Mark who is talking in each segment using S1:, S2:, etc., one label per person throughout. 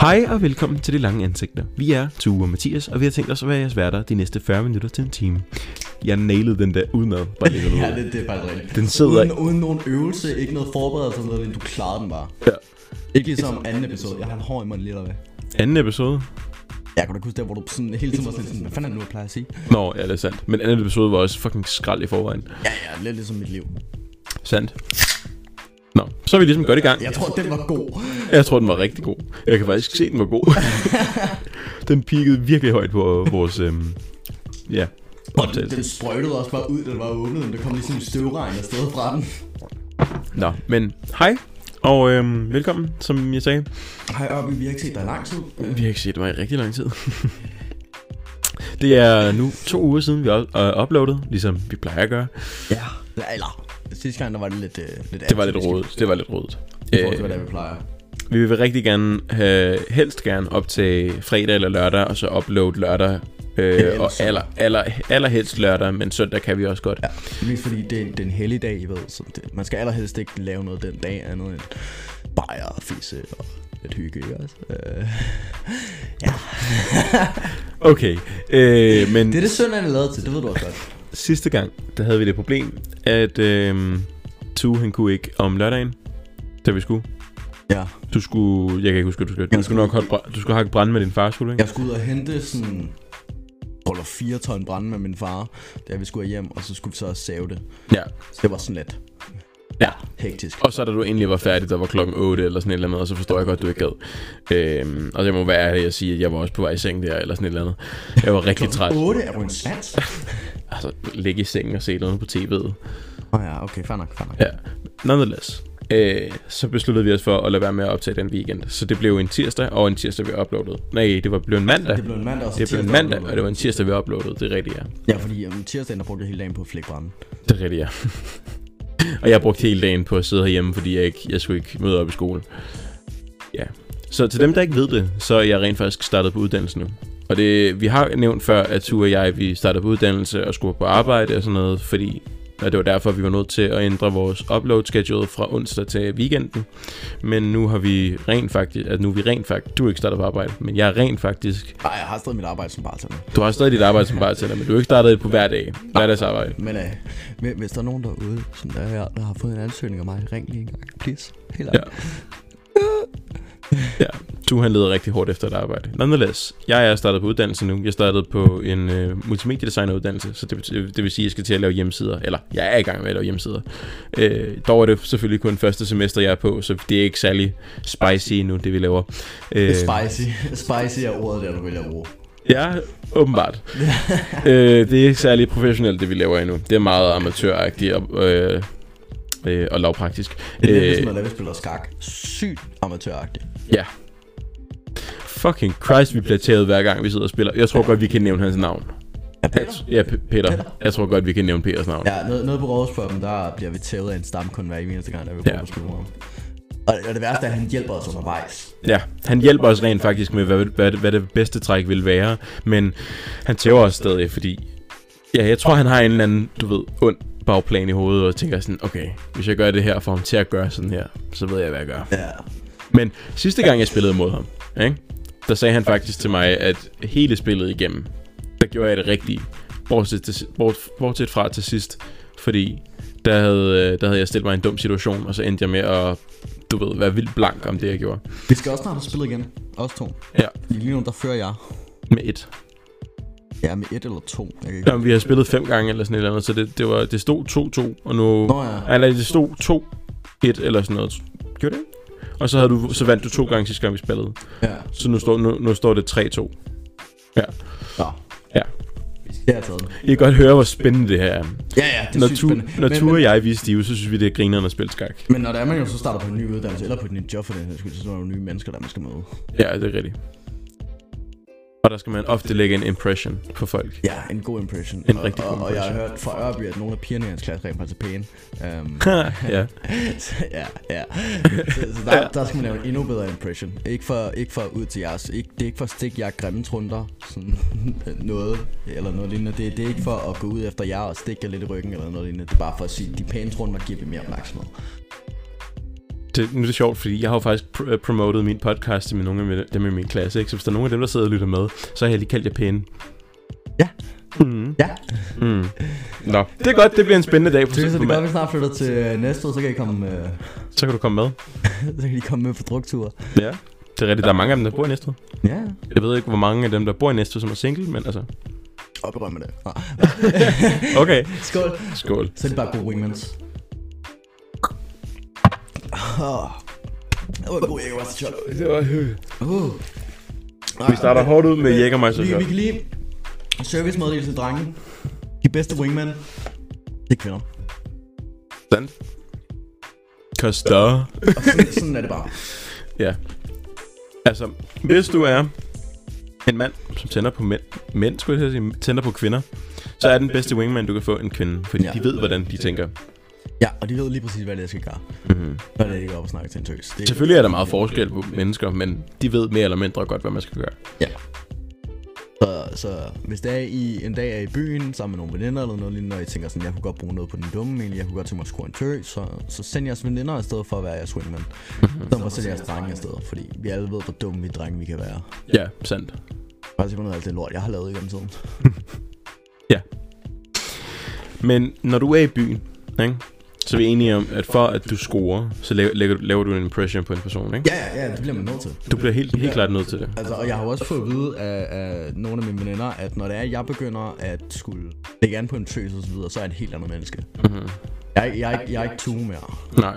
S1: Hej og velkommen til De Lange Ansigter. Vi er Tue og Mathias, og vi har tænkt os at være jeres værter de næste 40 minutter til en time. Jeg nailede den der udenad, bare lige
S2: Ja,
S1: noget.
S2: det, det er faktisk rigtigt.
S1: Den sidder
S2: Uden,
S1: ikke.
S2: uden nogen øvelse, ikke noget forberedelse eller noget, du klarede den bare.
S1: Ja.
S2: Ikke ligesom anden episode. Jeg har en hår i munden lige eller hvad?
S1: Anden episode?
S2: Jeg kan da huske der, hvor du sådan hele tiden var sådan, lidt sådan hvad fanden er det nu, jeg plejer at sige?
S1: Nå, ja, det er sandt. Men anden episode var også fucking skrald i forvejen.
S2: Ja, ja, lidt ligesom mit liv.
S1: Sandt. Nå, så er vi ligesom godt i gang.
S2: Jeg tror, den var god.
S1: Jeg tror, den var rigtig god. Jeg kan faktisk se, den var god. den peakede virkelig højt på vores... Øhm, ja,
S2: Den,
S1: optagelse.
S2: den sprøjtede også bare ud, da den var åbnet, men der kom ligesom en støvregn afsted fra den.
S1: Nå, men hej og øhm, velkommen, som jeg sagde.
S2: Hej Oppe, vi har ikke set dig i lang tid.
S1: Vi har ikke set mig i rigtig lang tid. det er nu to uger siden, vi har øh, uploadet, ligesom vi plejer at gøre.
S2: Ja. Eller, sidste gang, der var det lidt... Øh, lidt
S1: Det var lidt rodet. Det var lidt rodet.
S2: I forhold til,
S1: Øh,
S2: hvad det er, vi plejer.
S1: vi vil rigtig gerne, øh, helst gerne optage fredag eller lørdag, og så uploade lørdag. Øh,
S2: ellers
S1: og aller, aller, allerhelst lørdag, men søndag kan vi også godt.
S2: Ja, mest fordi det er, det er en heldig dag, I ved. Så det, man skal allerhelst ikke lave noget den dag andet end bajer og fisse og lidt hygge, ikke også? Øh,
S1: Okay, øh, men
S2: det er det søndagen er lavet til, det ved du også godt.
S1: sidste gang, der havde vi det problem, at øh, Tue, han kunne ikke om lørdagen, da vi skulle.
S2: Ja.
S1: Du skulle, jeg kan ikke huske, hvad du skulle. Du skulle nok holde, bra- du skulle hakke brænde med din far, skulle du ikke?
S2: Jeg skulle ud og hente sådan... Ruller 4 ton brænde med min far, da vi skulle hjem, og så skulle vi så også save det.
S1: Ja.
S2: Så det var sådan lidt
S1: Ja.
S2: hektisk.
S1: Og så da du egentlig var færdig, der var klokken 8 eller sådan et eller andet, og så forstår jeg godt, at du ikke gad. Øhm, og jeg må være ærlig og sige, at jeg var også på vej i seng der, eller sådan et eller andet. Jeg var rigtig træt.
S2: 8 er du en svans?
S1: Altså, ligge i sengen og se noget på tv'et.
S2: Åh oh ja, okay, fair nok, fair nok.
S1: Ja. Nonetheless. Øh, så besluttede vi os for at lade være med at optage den weekend. Så det blev en tirsdag, og en tirsdag vi uploadede. Nej, det var blev en mandag.
S2: Det blev en mandag, og så
S1: Det blev en
S2: tirsdag
S1: mandag, og det var en tirsdag, vi uploadede. Det er rigtigt, ja.
S2: Ja, fordi om tirsdagen, der brugte jeg hele dagen på at flække brænde.
S1: Det er rigtigt, ja. og jeg brugte hele dagen på at sidde herhjemme, fordi jeg, ikke, jeg skulle ikke møde op i skole. Ja. Så til dem, der ikke ved det, så er jeg rent faktisk startet på uddannelse nu. Og det, vi har nævnt før, at Tue og jeg, vi startede på uddannelse og skulle på arbejde og sådan noget, fordi og det var derfor, vi var nødt til at ændre vores upload schedule fra onsdag til weekenden. Men nu har vi rent faktisk, at nu er vi rent faktisk, du er ikke startet på arbejde, men jeg er rent faktisk,
S2: Nej, jeg har stadig mit arbejde som bartender.
S1: du har stadig dit arbejde som bartender, men du er ikke startet på hver dag, hverdagsarbejde.
S2: Men øh, hvi- hvis der er nogen derude, som der er her, der har fået en ansøgning af mig, ring lige en gang, please. Helt
S1: Ja.
S2: ja.
S1: Ja, du han leder rigtig hårdt efter et arbejde. Nonetheless, jeg er startet på uddannelse nu. Jeg startede på en øh, multimediedesigneruddannelse, så det, betyder, det vil sige, at jeg skal til at lave hjemmesider. Eller, jeg er i gang med at lave hjemmesider. Øh, dog er det selvfølgelig kun første semester, jeg er på, så det er ikke særlig spicy endnu, det vi laver. Øh,
S2: Spicy. Spicy er ordet, der du vælger at bruge.
S1: Ja, åbenbart. øh, det er ikke særlig professionelt, det vi laver endnu. Det er meget amatøragtigt og, øh, øh, og lavpraktisk.
S2: Det er lidt ligesom,
S1: Øh,
S2: når vi spiller skak. Sygt amatøragtigt.
S1: Ja. Fucking Christ, vi bliver tævet hver gang, vi sidder og spiller. Jeg tror godt, vi kan nævne hans navn.
S2: Ja, Peter?
S1: Ja, P- Peter. Jeg tror godt, vi kan nævne Peters navn.
S2: Ja, noget, noget på Rådhuspuppen, der bliver vi tævet af en stamkunde hver eneste gang, der vi
S1: Ja.
S2: prøver at spille om. Og, og det værste er, at han hjælper os undervejs.
S1: Ja, han hjælper os rent faktisk med, hvad, hvad, hvad det bedste træk vil være. Men han tæver os stadig, fordi... Ja, jeg tror, han har en eller anden, du ved, ond bagplan i hovedet, og tænker sådan, okay, hvis jeg gør det her og får ham til at gøre sådan her, så ved jeg, hvad jeg gør.
S2: Ja.
S1: Men sidste gang, jeg spillede mod ham, ikke? der sagde han faktisk til mig, at hele spillet igennem, der gjorde jeg det rigtige. Bortset, til, bort, bortset fra til sidst, fordi der havde, øh, der havde jeg stillet mig i en dum situation, og så endte jeg med at, du ved, være vildt blank om det, jeg gjorde.
S2: Vi skal også snart have spillet igen. Os to.
S1: Ja.
S2: Fordi Lige nu, der fører jeg.
S1: Med et.
S2: Ja, med et eller to. Jeg kan ikke...
S1: Jamen, vi har spillet fem gange eller sådan et eller andet, så det, det, var, det stod 2-2, og nu...
S2: Nå ja.
S1: Eller det stod 2-1 eller sådan noget. Gjorde det ikke? Og så, havde du, så vandt du to gange sidste gang, vi spillede.
S2: Ja.
S1: Så nu står, nu, nu står det 3-2. Ja.
S2: Nå.
S1: Ja.
S2: Det har jeg taget den.
S1: I kan godt høre, hvor spændende det her er.
S2: Ja, ja, det er
S1: Når,
S2: sygt
S1: tu,
S2: spændende.
S1: når
S2: Men-
S1: Ture og jeg vi er stive, så synes vi, det er grineren at spille skak.
S2: Men når der er man jo så starter på en ny uddannelse, eller på et nyt job for den her skyld, så er der jo nye mennesker, der man skal møde.
S1: Ja, det er rigtigt. Og der skal man ofte lægge en impression på folk.
S2: Ja, en god impression.
S1: En
S2: og,
S1: rigtig god
S2: og, og jeg har
S1: impression.
S2: hørt fra Ørby, at nogle af pigerne i hans klasse rent faktisk er pæne. Um,
S1: ja.
S2: ja, ja. Så, så der, der, skal man lave en endnu bedre impression. Ikke for, ikke for ud til jeres. Ikke, det er ikke for at stikke jer grimme trunder, sådan noget, eller noget lignende. Det, det er ikke for at gå ud efter jer og stikke jer lidt i ryggen, eller noget lignende. Det er bare for at sige, at de pæne trunder giver vi mere opmærksomhed.
S1: det, nu er det sjovt, fordi jeg har jo faktisk pr- øh, promotet min podcast til nogle af mine- dem i min klasse, ikke? Så hvis der er nogen af dem, der sidder og lytter med, så har jeg lige kaldt jer pæne.
S2: Ja.
S1: Mm.
S2: Ja,
S1: Mm. Nå, det er godt, det bliver en spændende dag. På,
S2: det er så
S1: på
S2: det godt,
S1: mand.
S2: vi snart flytter til øh, næste år, så kan I komme, øh,
S1: Så kan du komme med.
S2: så kan I komme med på druktur.
S1: Ja. Det er rigtigt, der er mange af dem, der bor i Næstved.
S2: Ja,
S1: Jeg ved ikke, hvor mange af dem, der bor i Næstved, som er single, men altså...
S2: og berømme det. Ah.
S1: Okay.
S2: Skål.
S1: Skål.
S2: Så er det bare gode wingmans. Ah. Det var en god jægermeistershot. Uh.
S1: Vi starter hårdt ud med Jägermeister.
S2: Vi, vi kan lige servicemeddelelse til drenge. De bedste wingmen, det er kvinder.
S1: Sådan. Koster.
S2: Og sådan, sådan er det bare.
S1: Ja. Altså, hvis du er en mand, som tænder på mænd, mænd skulle jeg til at sige, tænder på kvinder, så er den bedste wingman, du kan få en kvinde, fordi ja.
S2: Ja.
S1: de ved, hvordan de tænker.
S2: Ja, og de ved lige præcis, hvad det er, jeg skal gøre.
S1: Mm-hmm.
S2: Når det er, de går op og snakker til en tøs. Det
S1: Selvfølgelig er der meget forskel på mennesker, men de ved mere eller mindre godt, hvad man skal gøre.
S2: Ja. Så, så hvis det er I en dag er i byen sammen med nogle veninder eller noget lignende, og I tænker sådan, jeg kunne godt bruge noget på den dumme, egentlig, jeg kunne godt tænke mig at score en tøj, så, så send jeres veninder afsted for at være jeres wingman. Så må sende jeres drenge afsted, fordi vi alle ved, hvor dumme vi drenge vi kan være.
S1: Ja, sandt.
S2: Bare se på noget af alt det lort, jeg har lavet igennem tiden.
S1: Ja. Men når du er i byen, ikke, så er vi enige om, at for at du scorer, så laver, laver, laver du en impression på en person. Ikke?
S2: Ja, ja, ja, det bliver man nødt til.
S1: Du bliver helt, helt klart nødt til det.
S2: Altså, og jeg har jo også fået at vide af, af nogle af mine veninder, at når det er, at jeg begynder at skulle lægge an på en tøs og så videre, så er jeg et helt andet menneske.
S1: Mm-hmm.
S2: Jeg, jeg, jeg, jeg, jeg er ikke tue mere.
S1: Nej,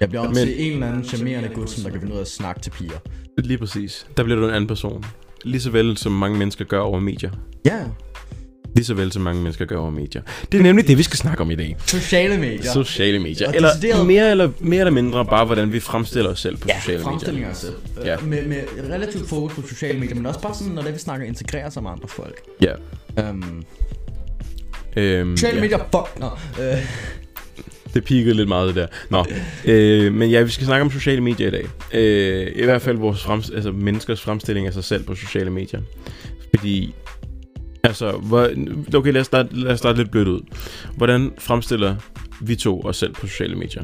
S2: Jeg bliver om
S1: Men-
S2: til en eller anden charmerende gut, som der kan finde ud af at snakke til piger.
S1: Lige præcis. Der bliver du en anden person. Lige så vel som mange mennesker gør over medier.
S2: Ja,
S1: Lige så vel som mange mennesker gør over medier. Det er nemlig det, vi skal snakke om i dag.
S2: sociale medier.
S1: Ja. Sociale medier.
S2: Og
S1: Eller
S2: decideret-
S1: mere, eller mere eller mindre bare, hvordan vi fremstiller os selv på
S2: ja,
S1: sociale medier.
S2: fremstillinger af selv.
S1: Ja.
S2: Ja. Med, med relativt fokus på sociale medier, men også bare sådan, når det, vi snakker, integrerer sig med andre folk.
S1: Ja.
S2: Um,
S1: Øhm,
S2: sociale
S1: ja.
S2: medier, fuck, nå. Øh,
S1: Det pikede lidt meget det der. Nå. Øh, men ja, vi skal snakke om sociale medier i dag. Øh, I hvert fald vores fremst- altså, menneskers fremstilling af sig selv på sociale medier. Fordi... Altså, hvor, okay, lad os, starte, lad os starte lidt blødt ud. Hvordan fremstiller vi to os selv på sociale medier?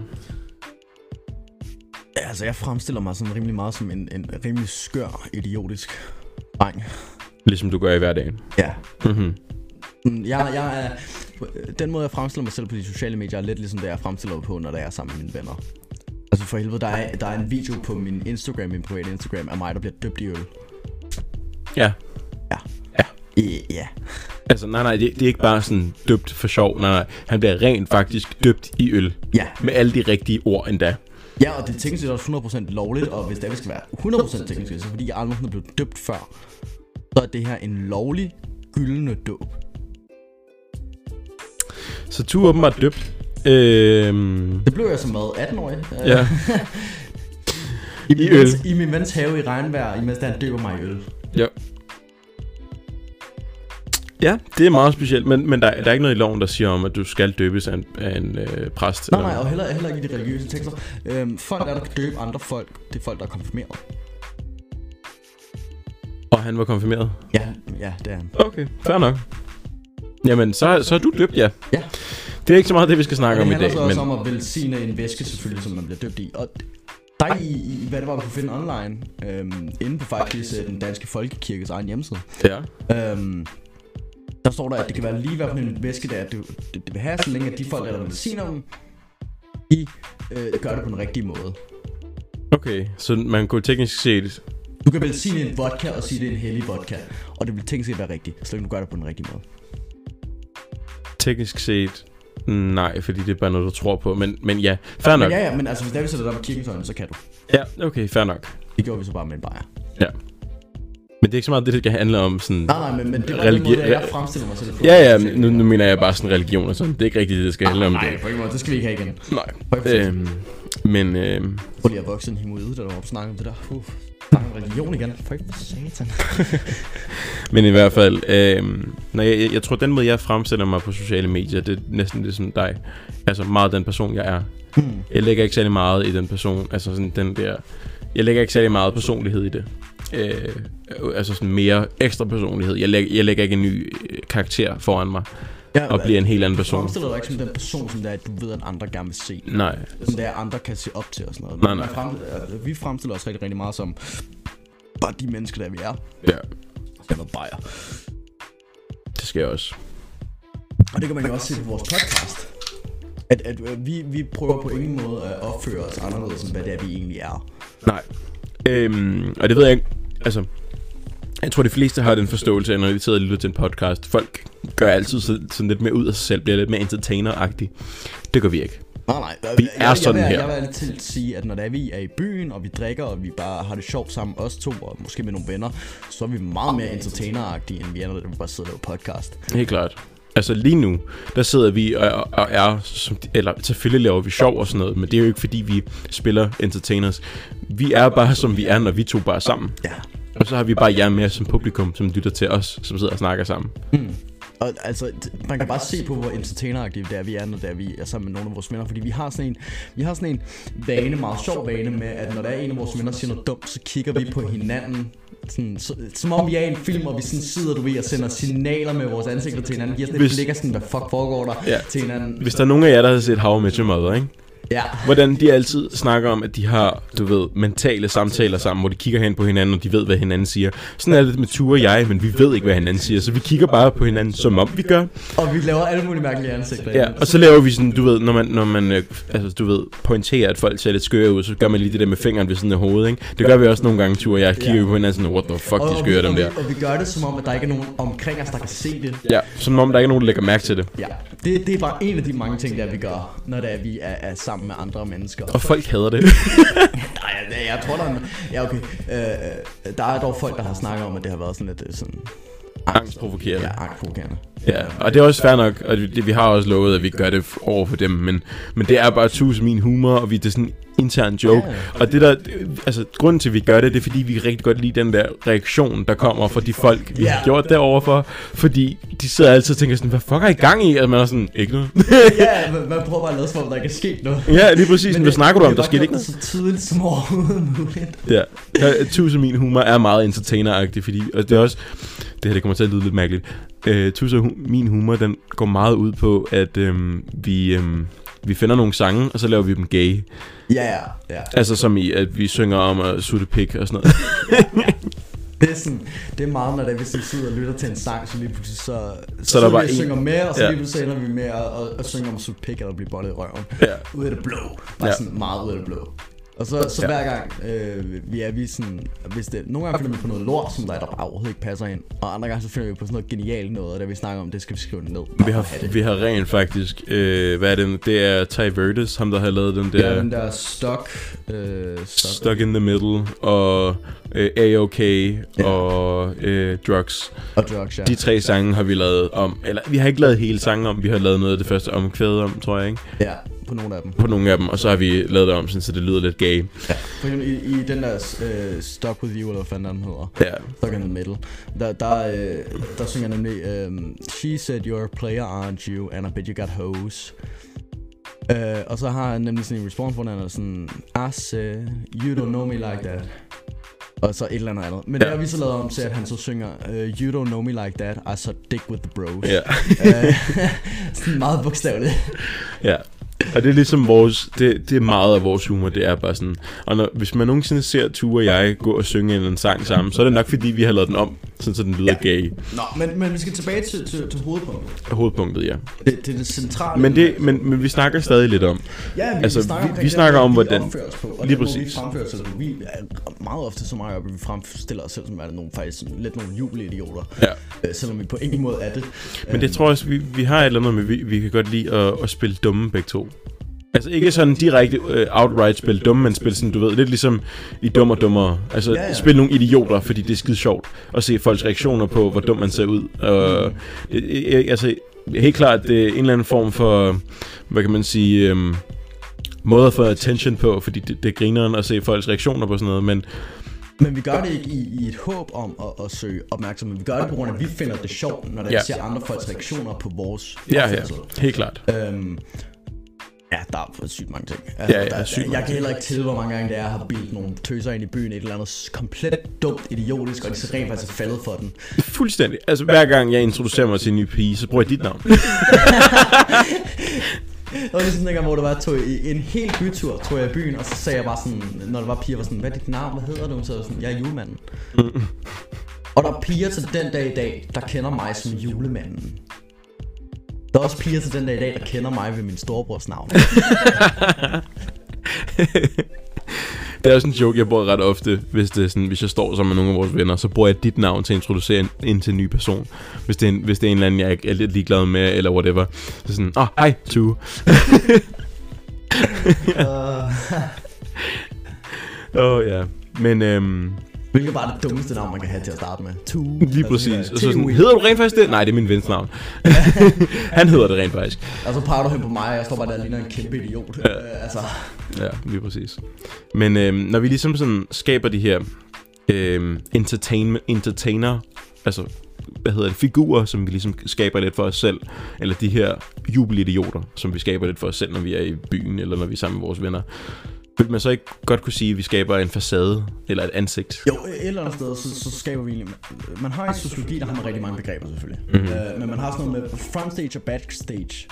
S2: altså, jeg fremstiller mig sådan rimelig meget som en, en rimelig skør, idiotisk dreng.
S1: Ligesom du gør i hverdagen.
S2: Ja.
S1: Mm-hmm.
S2: Mm, Jeg, jeg er, den måde, jeg fremstiller mig selv på de sociale medier, er lidt ligesom det, jeg fremstiller mig på, når jeg er sammen med mine venner. Altså for helvede, der er, der er en video på min Instagram, min private Instagram, af mig, der bliver døbt i øl.
S1: Ja.
S2: Øh, Ja.
S1: Altså, nej, nej, det, det er ikke bare sådan døbt for sjov. Nej, nej. Han bliver rent faktisk døbt i øl.
S2: Ja.
S1: Med alle de rigtige ord endda.
S2: Ja, og det er teknisk set også 100% lovligt, og hvis det er, vi skal være 100% teknisk set, så fordi jeg aldrig nogensinde er blevet døbt før, så er det her en lovlig, gyldne dåb.
S1: Så du er åbenbart døbt. Øhm,
S2: Det blev jeg som med 18-årig. øh,
S1: ja.
S2: I, min
S1: i øl.
S2: Mens, I min vens have i regnvejr, imens han døber mig i øl.
S1: ja. Ja, det er meget specielt, men, men der, der er ikke noget i loven, der siger om, at du skal døbes af en, af en øh, præst.
S2: Nej, nej, og heller, heller ikke i de religiøse tekster. Øhm, folk, der, der kan døbe andre folk, det er folk, der er konfirmeret.
S1: og han var konfirmeret.
S2: Ja, ja, det er han.
S1: Okay, fair nok. Jamen, så, så er du døbt, ja.
S2: Ja.
S1: Det er ikke så meget det, vi skal snakke
S2: Det
S1: om i
S2: handler
S1: dag.
S2: så også om at velsigne en væske selvfølgelig, som man bliver døbt i. Og dig i, i hvad det var, du kunne finde online, øhm, inde på faktisk øh, den danske folkekirkes egen hjemmeside.
S1: Ja.
S2: Øhm, der står der, at det kan være lige hvad for en væske, der er, du, det, det vil have, så længe at de folk, der mediciner dem, de øh, gør det på den rigtige måde.
S1: Okay, så man kunne teknisk set...
S2: Du kan velsigne en vodka og sige, at det er en hellig vodka. Og det vil tænke sig at være rigtigt, så længe du gør det på den rigtige måde.
S1: Teknisk set... Nej, fordi det er bare noget, du tror på. Men, men ja, fair nok.
S2: Men ja, ja, men altså, hvis der vi sætter dig på kirkens øjne, så kan du.
S1: Ja, okay, fair nok.
S2: Det gjorde vi så bare med en bajer.
S1: Ja. Men det er ikke så meget det, det skal handle om sådan...
S2: Nej, nej, men, men det var
S1: Religi-
S2: den måde, at jeg fremstiller mig selv på.
S1: Ja, ja, nu, nu mener jeg bare sådan religion og sådan. Det er ikke rigtigt det, det skal handle om
S2: Ah, Nej,
S1: det.
S2: på ingen måde, det skal vi ikke have igen.
S1: Nej.
S2: Okay.
S1: Øhm, men øhm,
S2: Prøv lige at vokse en himoide, da du var oppe og snakke om det der. Uh, snak om religion igen. Fuck for satan.
S1: Men i hvert fald, øh, når jeg, jeg, jeg tror, den måde, jeg fremstiller mig på sociale medier, det er næsten ligesom dig. Altså meget den person, jeg er.
S2: Hmm.
S1: Jeg lægger ikke særlig meget i den person, altså sådan den der... Jeg lægger ikke særlig meget personlighed i det. Øh, altså sådan mere ekstra personlighed. Jeg lægger, jeg lægger ikke en ny øh, karakter foran mig. ja, og bliver en helt anden
S2: Du
S1: person.
S2: fremstiller dig ikke som den person, som det er, at du ved, at andre gerne vil se.
S1: Nej,
S2: Som det er, andre kan se op til og sådan noget.
S1: Nej, nej.
S2: Man Frem, øh, vi fremstiller os rigtig, rigtig meget som bare de mennesker, der vi er.
S1: ja,
S2: Jeg er bajer.
S1: det skal jeg også.
S2: Og det kan man jo også se på vores podcast. At, at øh, vi, vi prøver på ingen måde at opføre os anderledes, end hvad det er, vi egentlig er.
S1: Nej. Øhm, og det ved jeg ikke. Altså, jeg tror, de fleste har den forståelse, af, når de sidder og lytter til en podcast. Folk gør altid så- sådan lidt mere ud af sig selv, bliver lidt mere entertainer-agtig. Det gør vi ikke.
S2: Nej, nej.
S1: Vi er
S2: jeg,
S1: sådan
S2: jeg, vil-
S1: her.
S2: Jeg vil altid sige, at når det er, vi er i byen, og vi drikker, og vi bare har det sjovt sammen, os to, og måske med nogle venner, så er vi meget mere entertaineragtige, end vi er, når vi bare sidder og laver podcast.
S1: Helt klart. Altså lige nu, der sidder vi og, og, og er, som, eller selvfølgelig laver vi sjov og sådan noget, men det er jo ikke fordi, vi spiller entertainers. Vi er bare, som vi er, når vi to bare er sammen.
S2: Ja.
S1: Og så har vi bare jer med som publikum, som lytter til os, som sidder og snakker sammen.
S2: Og altså, d- man kan bare se på, hvor entertaineragtige det er, vi er, når det er, vi er sammen med nogle af vores venner. Fordi vi har sådan en, vi har sådan en vane, meget sjov vane med, at når der er en af vores venner siger noget dumt, så kigger vi på hinanden. Sådan, så, som om vi er i en film, og vi sådan sidder, du ved, og sender signaler med vores ansigter til hinanden. Giver sådan et
S1: Hvis-
S2: blik af sådan, hvad fuck foregår der
S1: Ja.
S2: ja. til hinanden.
S1: Hvis der er nogen af jer, der har set How I Met Your Mother, ikke?
S2: Ja.
S1: Hvordan de altid snakker om, at de har, du ved, mentale samtaler sammen, hvor de kigger hen på hinanden, og de ved, hvad hinanden siger. Sådan er det med Ture og jeg, men vi ved ikke, hvad hinanden siger, så vi kigger bare på hinanden, som om vi gør.
S2: Og vi laver alle mulige mærkelige ansigter.
S1: Ja, og så laver vi sådan, du ved, når man, når man øh, altså, du ved, pointerer, at folk ser lidt skøre ud, så gør man lige det der med fingeren ved sådan af hovedet, ikke? Det gør vi også nogle gange, Ture og jeg kigger vi på hinanden sådan, what the fuck,
S2: og,
S1: de skøre
S2: og,
S1: dem
S2: vi,
S1: der.
S2: og vi gør det som om, at der ikke er nogen omkring os, der kan se det.
S1: Ja, som om der ikke er nogen, der lægger mærke til det.
S2: Ja, det, det er bare en af de mange ting, der vi gør, når det er, vi er, er sammen med andre mennesker.
S1: Og folk hader det.
S2: Nej, jeg, jeg tror, der er... en- Ja, okay. Øh, der er dog folk, der har snakket om, at det har været sådan lidt øh, sådan...
S1: Angstprovokerende.
S2: Ja, angstprovokerende.
S1: Ja, og det er også fair nok, og det, vi har også lovet, at vi gør det f- over for dem, men, men det er bare tusind min humor, og vi, det er sådan en intern joke.
S2: Ja, ja.
S1: Og det der, det- altså, grunden til, at vi gør det, det er, fordi vi rigtig godt lide den der reaktion, der kommer fra de folk, vi har
S2: Ja.
S1: gjort det overfor, fordi de sidder altid og tænker sådan, hvad fuck er I gang i? Og man er sådan, ikke noget.
S2: Ja, man, man prøver bare at lade som om, der ikke er sket noget.
S1: ja, lige præcis, men hvad snakker du om, der skete ikke
S2: noget?
S1: noget?
S2: så tidligt som overhovedet muligt.
S1: Ja, Der- tusind min humor er meget entertaineragtig, fordi, og det er også, det her det kommer til at lyde lidt mærkeligt, øh, tusind hu- min humor, den går meget ud på, at øhm, vi, øhm, vi finder nogle sange, og så laver vi dem gay.
S2: Ja, ja, ja.
S1: Altså som i, at vi synger om at sutte pik og sådan noget.
S2: Det er, sådan, det er meget, når det er, hvis vi sidder og lytter til en sang, så lige pludselig så... Så,
S1: der
S2: vi
S1: bare
S2: og
S1: en-
S2: synger med, og så
S1: Ja.
S2: ja. lige pludselig ender vi med at, at, at synge om at suge pik eller blive bollet i røven.
S1: Ja.
S2: Ud af det blå.
S1: Ja.
S2: Bare ja. sådan meget ud af det blå. Og så, så
S1: Ja.
S2: ja. hver gang øh, vi er vi er sådan, hvis det, nogle gange finder vi på noget lort, som der, der bare overhovedet ikke passer ind. Og andre gange så finder vi på sådan noget genialt noget, og det vi snakker om, det skal vi skrive ned.
S1: Vi har, vi har rent faktisk, øh, hvad er det, det er Ty Verdes, ham der har lavet den der...
S2: Ja, den der stok, øh, stok.
S1: Stuck in the Middle og øh, A-OK og øh, Drugs.
S2: og drugs, ja.
S1: De tre sange har vi lavet om, eller vi har ikke lavet hele sangen om, vi har lavet noget af det første omkvædet om, tror jeg, ikke?
S2: ja, på nogle af dem.
S1: På nogle af dem, og så har vi lavet det om, sådan, så det lyder lidt gay.
S2: For eksempel i, i den der øh, stok with you, eller hvad fanden den hedder.
S1: Ja.
S2: Stuck in the middle. Der, der, øh, der synger jeg nemlig, øh, She said you're a player, aren't you? And I bet you got hoes. Øh, og så har han nemlig sådan en response, hvor han er sådan, I said, you don't know me like that. Og så et eller andet andet. Men
S1: Ja.
S2: ja. det har vi så lavet om til, at han så synger, øh, You don't know me like that, I suck dick with the bros.
S1: Ja.
S2: Øh, sådan meget bogstaveligt.
S1: ja. Og det er ligesom vores, det, det er meget af vores humor, det er bare sådan. Og når, hvis man nogensinde ser Ture og jeg gå og synge en, en sang sammen, så er det nok fordi, vi har lavet den om, sådan så den lyder ja. gay.
S2: Nå, men, men vi skal tilbage til, til, til hovedpunktet.
S1: Hovedpunktet, ja.
S2: Det, det er det centrale.
S1: Men, det, men, men vi snakker stadig lidt om.
S2: Ja, vi,
S1: Altså,
S2: vi
S1: vi-
S2: snakker, omkring
S1: vi
S2: den
S1: snakker
S2: måde,
S1: om,
S2: vi
S1: hvordan-
S2: opfører os på, og
S1: lige
S2: den måde,
S1: præcis.
S2: Vi fremfører os, altså, vi er meget ofte så meget op, at vi fremstiller os selv som værende nogle, faktisk sådan lidt nogle jubelidioter.
S1: Ja.
S2: Øh, selvom vi på ingen måde er det. Øhm,
S1: Men det tror jeg også, vi, vi har et eller andet med, vi, vi kan godt lide at, at spille dumme begge to. Altså ikke sådan direkte uh, outright spille dumme, men spille sådan, du ved, lidt ligesom i Dum og Dummere. Altså ja,
S2: Ja,
S1: ja.
S2: ja.
S1: spille nogle idioter, fordi det er skide sjovt at se folks reaktioner på, hvor dum man ser ud. Og, øh, øh, altså helt klart, det er en eller anden form for, hvad kan man sige, øhm, måde at få attention på, fordi det, det er grineren at se folks reaktioner på sådan noget, men
S2: Men vi gør det ikke i, i et håb om at, at søge opmærksomhed. Vi gør det på grund af, at vi finder det sjovt, når der
S1: Ja.
S2: ja. ser andre folks reaktioner på vores
S1: ja, ja,
S2: opførsel.
S1: helt klart.
S2: Øhm, Ja, der er for sygt mange ting.
S1: Ja, ja,
S2: der,
S1: sygt mange
S2: jeg kan heller ikke tælle, hvor mange gange det er, jeg har bildt nogle tøser ind i byen, et eller andet komplet dumt, idiotisk, og de så rent faktisk er faldet for den.
S1: Fuldstændig. Altså, hver gang jeg introducerer mig til en ny pige, så bruger jeg dit navn.
S2: Det var ligesom dengang, hvor det var, jeg tog i en hel bytur, tog jeg i byen, og så sagde jeg bare sådan, når der var piger, var sådan, hvad er dit navn, hvad hedder du? Så var jeg sådan, jeg er julemanden. Og der er piger til den dag i dag, der kender mig som julemanden. Der er også piger til den dag i dag, der kender mig ved min storebrors navn.
S1: Det er også en joke, jeg bruger ret ofte, hvis, det er sådan, hvis jeg står sammen med nogle af vores venner, så bruger jeg dit navn til at introducere en, en til en ny person. Hvis det er en, hvis det er en eller anden, jeg ikke er lidt ligeglad med, eller whatever. Så sådan, åh, oh, hej, Tue.
S2: Øh,
S1: Åh, oh, ja. Men øhm,
S2: Hvilket var det dummeste navn, man kan have til at starte med. Tu.
S1: lige præcis. Og så sådan,
S2: Altså, Tue.
S1: hedder du rent faktisk det? Nej, det er min vens navn. Han hedder det rent faktisk.
S2: Og så peger du hen på mig, og jeg står bare der og ligner en kæmpe idiot. Øh, altså,
S1: Ja, lige præcis. Men øhm, når vi ligesom sådan skaber de her øhm, entertainment, entertainer, altså hvad hedder det, figurer, som vi ligesom skaber lidt for os selv, eller de her jubelidioter, som vi skaber lidt for os selv, når vi er i byen, eller når vi er sammen med vores venner, vil man så ikke godt kunne sige, at vi skaber en facade, eller et ansigt?
S2: jo, et eller andet sted, så, så skaber vi egentlig... Man har i sociologi, der har man rigtig mange begreber selvfølgelig. Mm-hmm. Øh, men man har sådan noget med frontstage og backstage.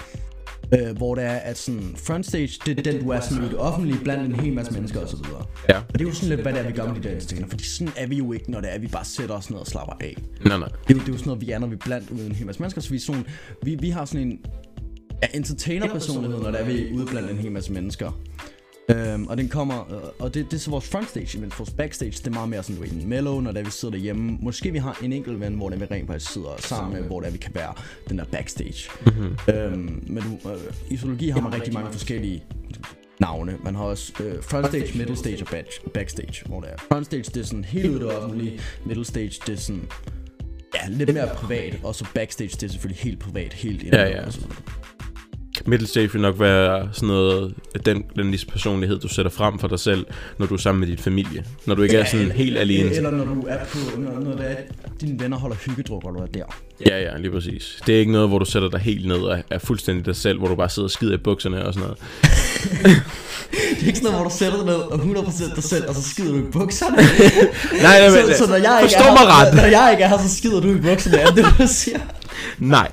S2: Øh, hvor det er, at sådan frontstage, det er den, du er sådan i det offentlige, blandt en hel masse mennesker osv.
S1: Ja.
S2: Og det er jo sådan lidt, hvad det er, vi gør med de der instinkter. Fordi sådan er vi jo ikke, når det er, vi bare sætter os ned og slapper af.
S1: Nej, nej.
S2: Det er, jo, det er jo sådan noget, vi er, når vi er blandt uden en hel masse mennesker. Så vi, er sådan, vi, vi har sådan en ja, entertainer-personlighed, når der er vi er ude blandt en hel masse mennesker. Øhm, og den kommer, øh, og det, det er så vores frontstage, men vores backstage, det er meget mere sådan, du ved, en mellow, når der vi sidder derhjemme. Måske vi har en enkelt ven, hvor der vi rent faktisk sidder sammen med, hvor der vi kan være den der backstage. Mm-hmm. Øhm, men du, øh, i zoologi har man rigtig mange forskellige navne. Man har også øh, frontstage, middle stage og back, backstage, hvor der er. Frontstage, det er sådan helt ud af det offentlige. Middle stage, det er sådan Ja, lidt mere privat, og så backstage, det er selvfølgelig helt privat, helt ind.
S1: Ja, ja. Middle stage vil nok være sådan noget, at den, den ligesom personlighed, du sætter frem for dig selv, når du er sammen med din familie. Når du ikke ja, er sådan helt alene.
S2: Eller når du er på, når, når det er, dine venner holder hyggedruk, og du er der.
S1: Ja, ja, lige præcis. Det er ikke noget, hvor du sætter dig helt ned og er fuldstændig dig selv, hvor du bare sidder og skider i bukserne og sådan noget.
S2: Det er ikke sådan noget, hvor du sætter dig ned og 100% dig selv, og så skider du i bukserne.
S1: Nej, nej, men,
S2: så, så når jeg ikke
S1: forstå
S2: er,
S1: mig ret.
S2: Når, når jeg ikke er her, så skider du i bukserne, er det det, du siger?
S1: Nej.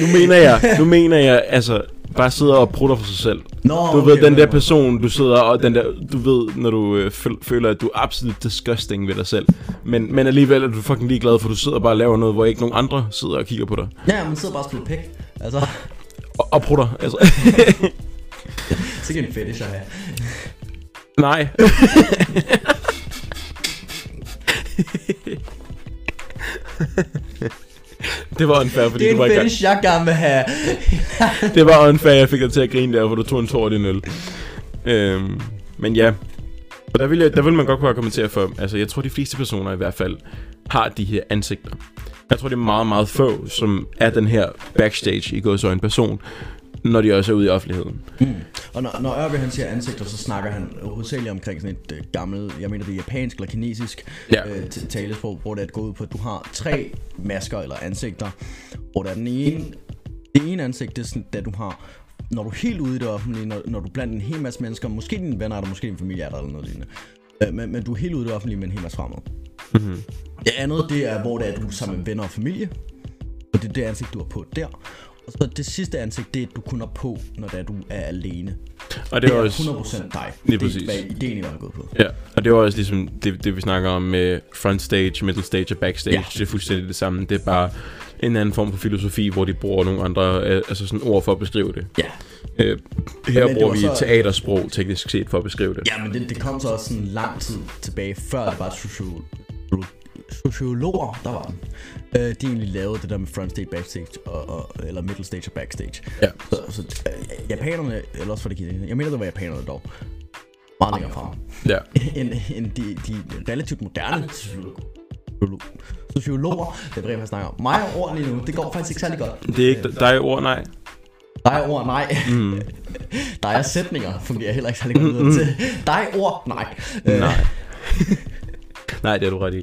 S1: Nu mener jeg, nu mener jeg, altså, bare sidder og prutter for sig selv.
S2: Nå,
S1: Du ved,
S2: okay,
S1: den der
S2: okay.
S1: person, du sidder og den der, du ved, når du øh, føl- føler, at du er absolut disgusting ved dig selv. Men, men alligevel er du fucking ligeglad, for du sidder bare og laver noget, hvor ikke nogen andre sidder og kigger på dig.
S2: Ja, man sidder bare og spiller pæk. Altså,
S1: Og, og prutter, altså.
S2: så kan en fetish at have.
S1: Nej. det var unfair, fordi
S2: Det er
S1: du var
S2: en
S1: i gang.
S2: fetish, jeg gerne vil have.
S1: Det var unfair, jeg fik dig til at grine der, hvor du tog en tår af din øl. Øhm, men ja. Og der vil, jeg, der vil man godt kunne argumentere for, altså jeg tror de fleste personer i hvert fald, har de her ansigter. Jeg tror det er meget, meget få, som er den her backstage i går så en person, når de også er ude i offentligheden.
S2: Og når, når Ørby han siger ansigter, så snakker han hovedsageligt omkring sådan et øh, gammelt, jeg mener det er japansk eller kinesisk
S1: Ja.
S2: øh, t- talesprog, hvor det er gået ud på, at du har tre masker eller ansigter, hvor der er den ene, det ene ansigt, det er sådan, da du har når du er helt ude i det offentlige, når, når du er blandt en hel masse mennesker, måske dine venner er der, måske din familie er der eller noget lignende, øh, men, men du er helt ude i det offentlige med en hel masse fremmede. Mm-hmm. Det andet, det er, hvor det er, du er sammen med venner og familie, og det er det ansigt, du har på der. Og så det sidste ansigt, det er, du kun har på, når det er, du er alene.
S1: Og
S2: Det
S1: det
S2: er
S1: er også...
S2: 100% dig.
S1: Lige
S2: det
S1: præcis.
S2: er, hvad ideen i, hvad jeg er gået på.
S1: Ja, og det var også ligesom det, det vi snakker om med front stage, middle stage og backstage.
S2: Ja.
S1: Ja. Det er fuldstændig det samme. Det er bare en anden form for filosofi, hvor de bruger nogle andre øh, altså sådan ord for at beskrive det.
S2: Ja.
S1: Øh, her
S2: det
S1: bruger
S2: var
S1: vi
S2: så-
S1: teatersprog teknisk set for at beskrive det.
S2: Ja, men det, det kom så også sådan lang tid tilbage, før det var sociolo- sociologer, der var den. Øh, de egentlig lavede det der med front stage, backstage, og, og, eller middle stage og backstage.
S1: Ja.
S2: Så, så øh, japanerne, eller også for det kineserne, jeg mener, det var japanerne dog. Meget længere frem.
S1: Ja.
S2: end, end de, de relativt moderne sociologer. Sociologer, det er brevet, jeg snakker om. Mig og ord lige nu, det går faktisk ikke særlig godt.
S1: Det er ikke dig ord, nej.
S2: Dig ord, nej. Mm. Der er sætninger, fungerer heller ikke særlig godt videre til. Dig ord, nej. Øh,
S1: Nej. nej, det er du ret i.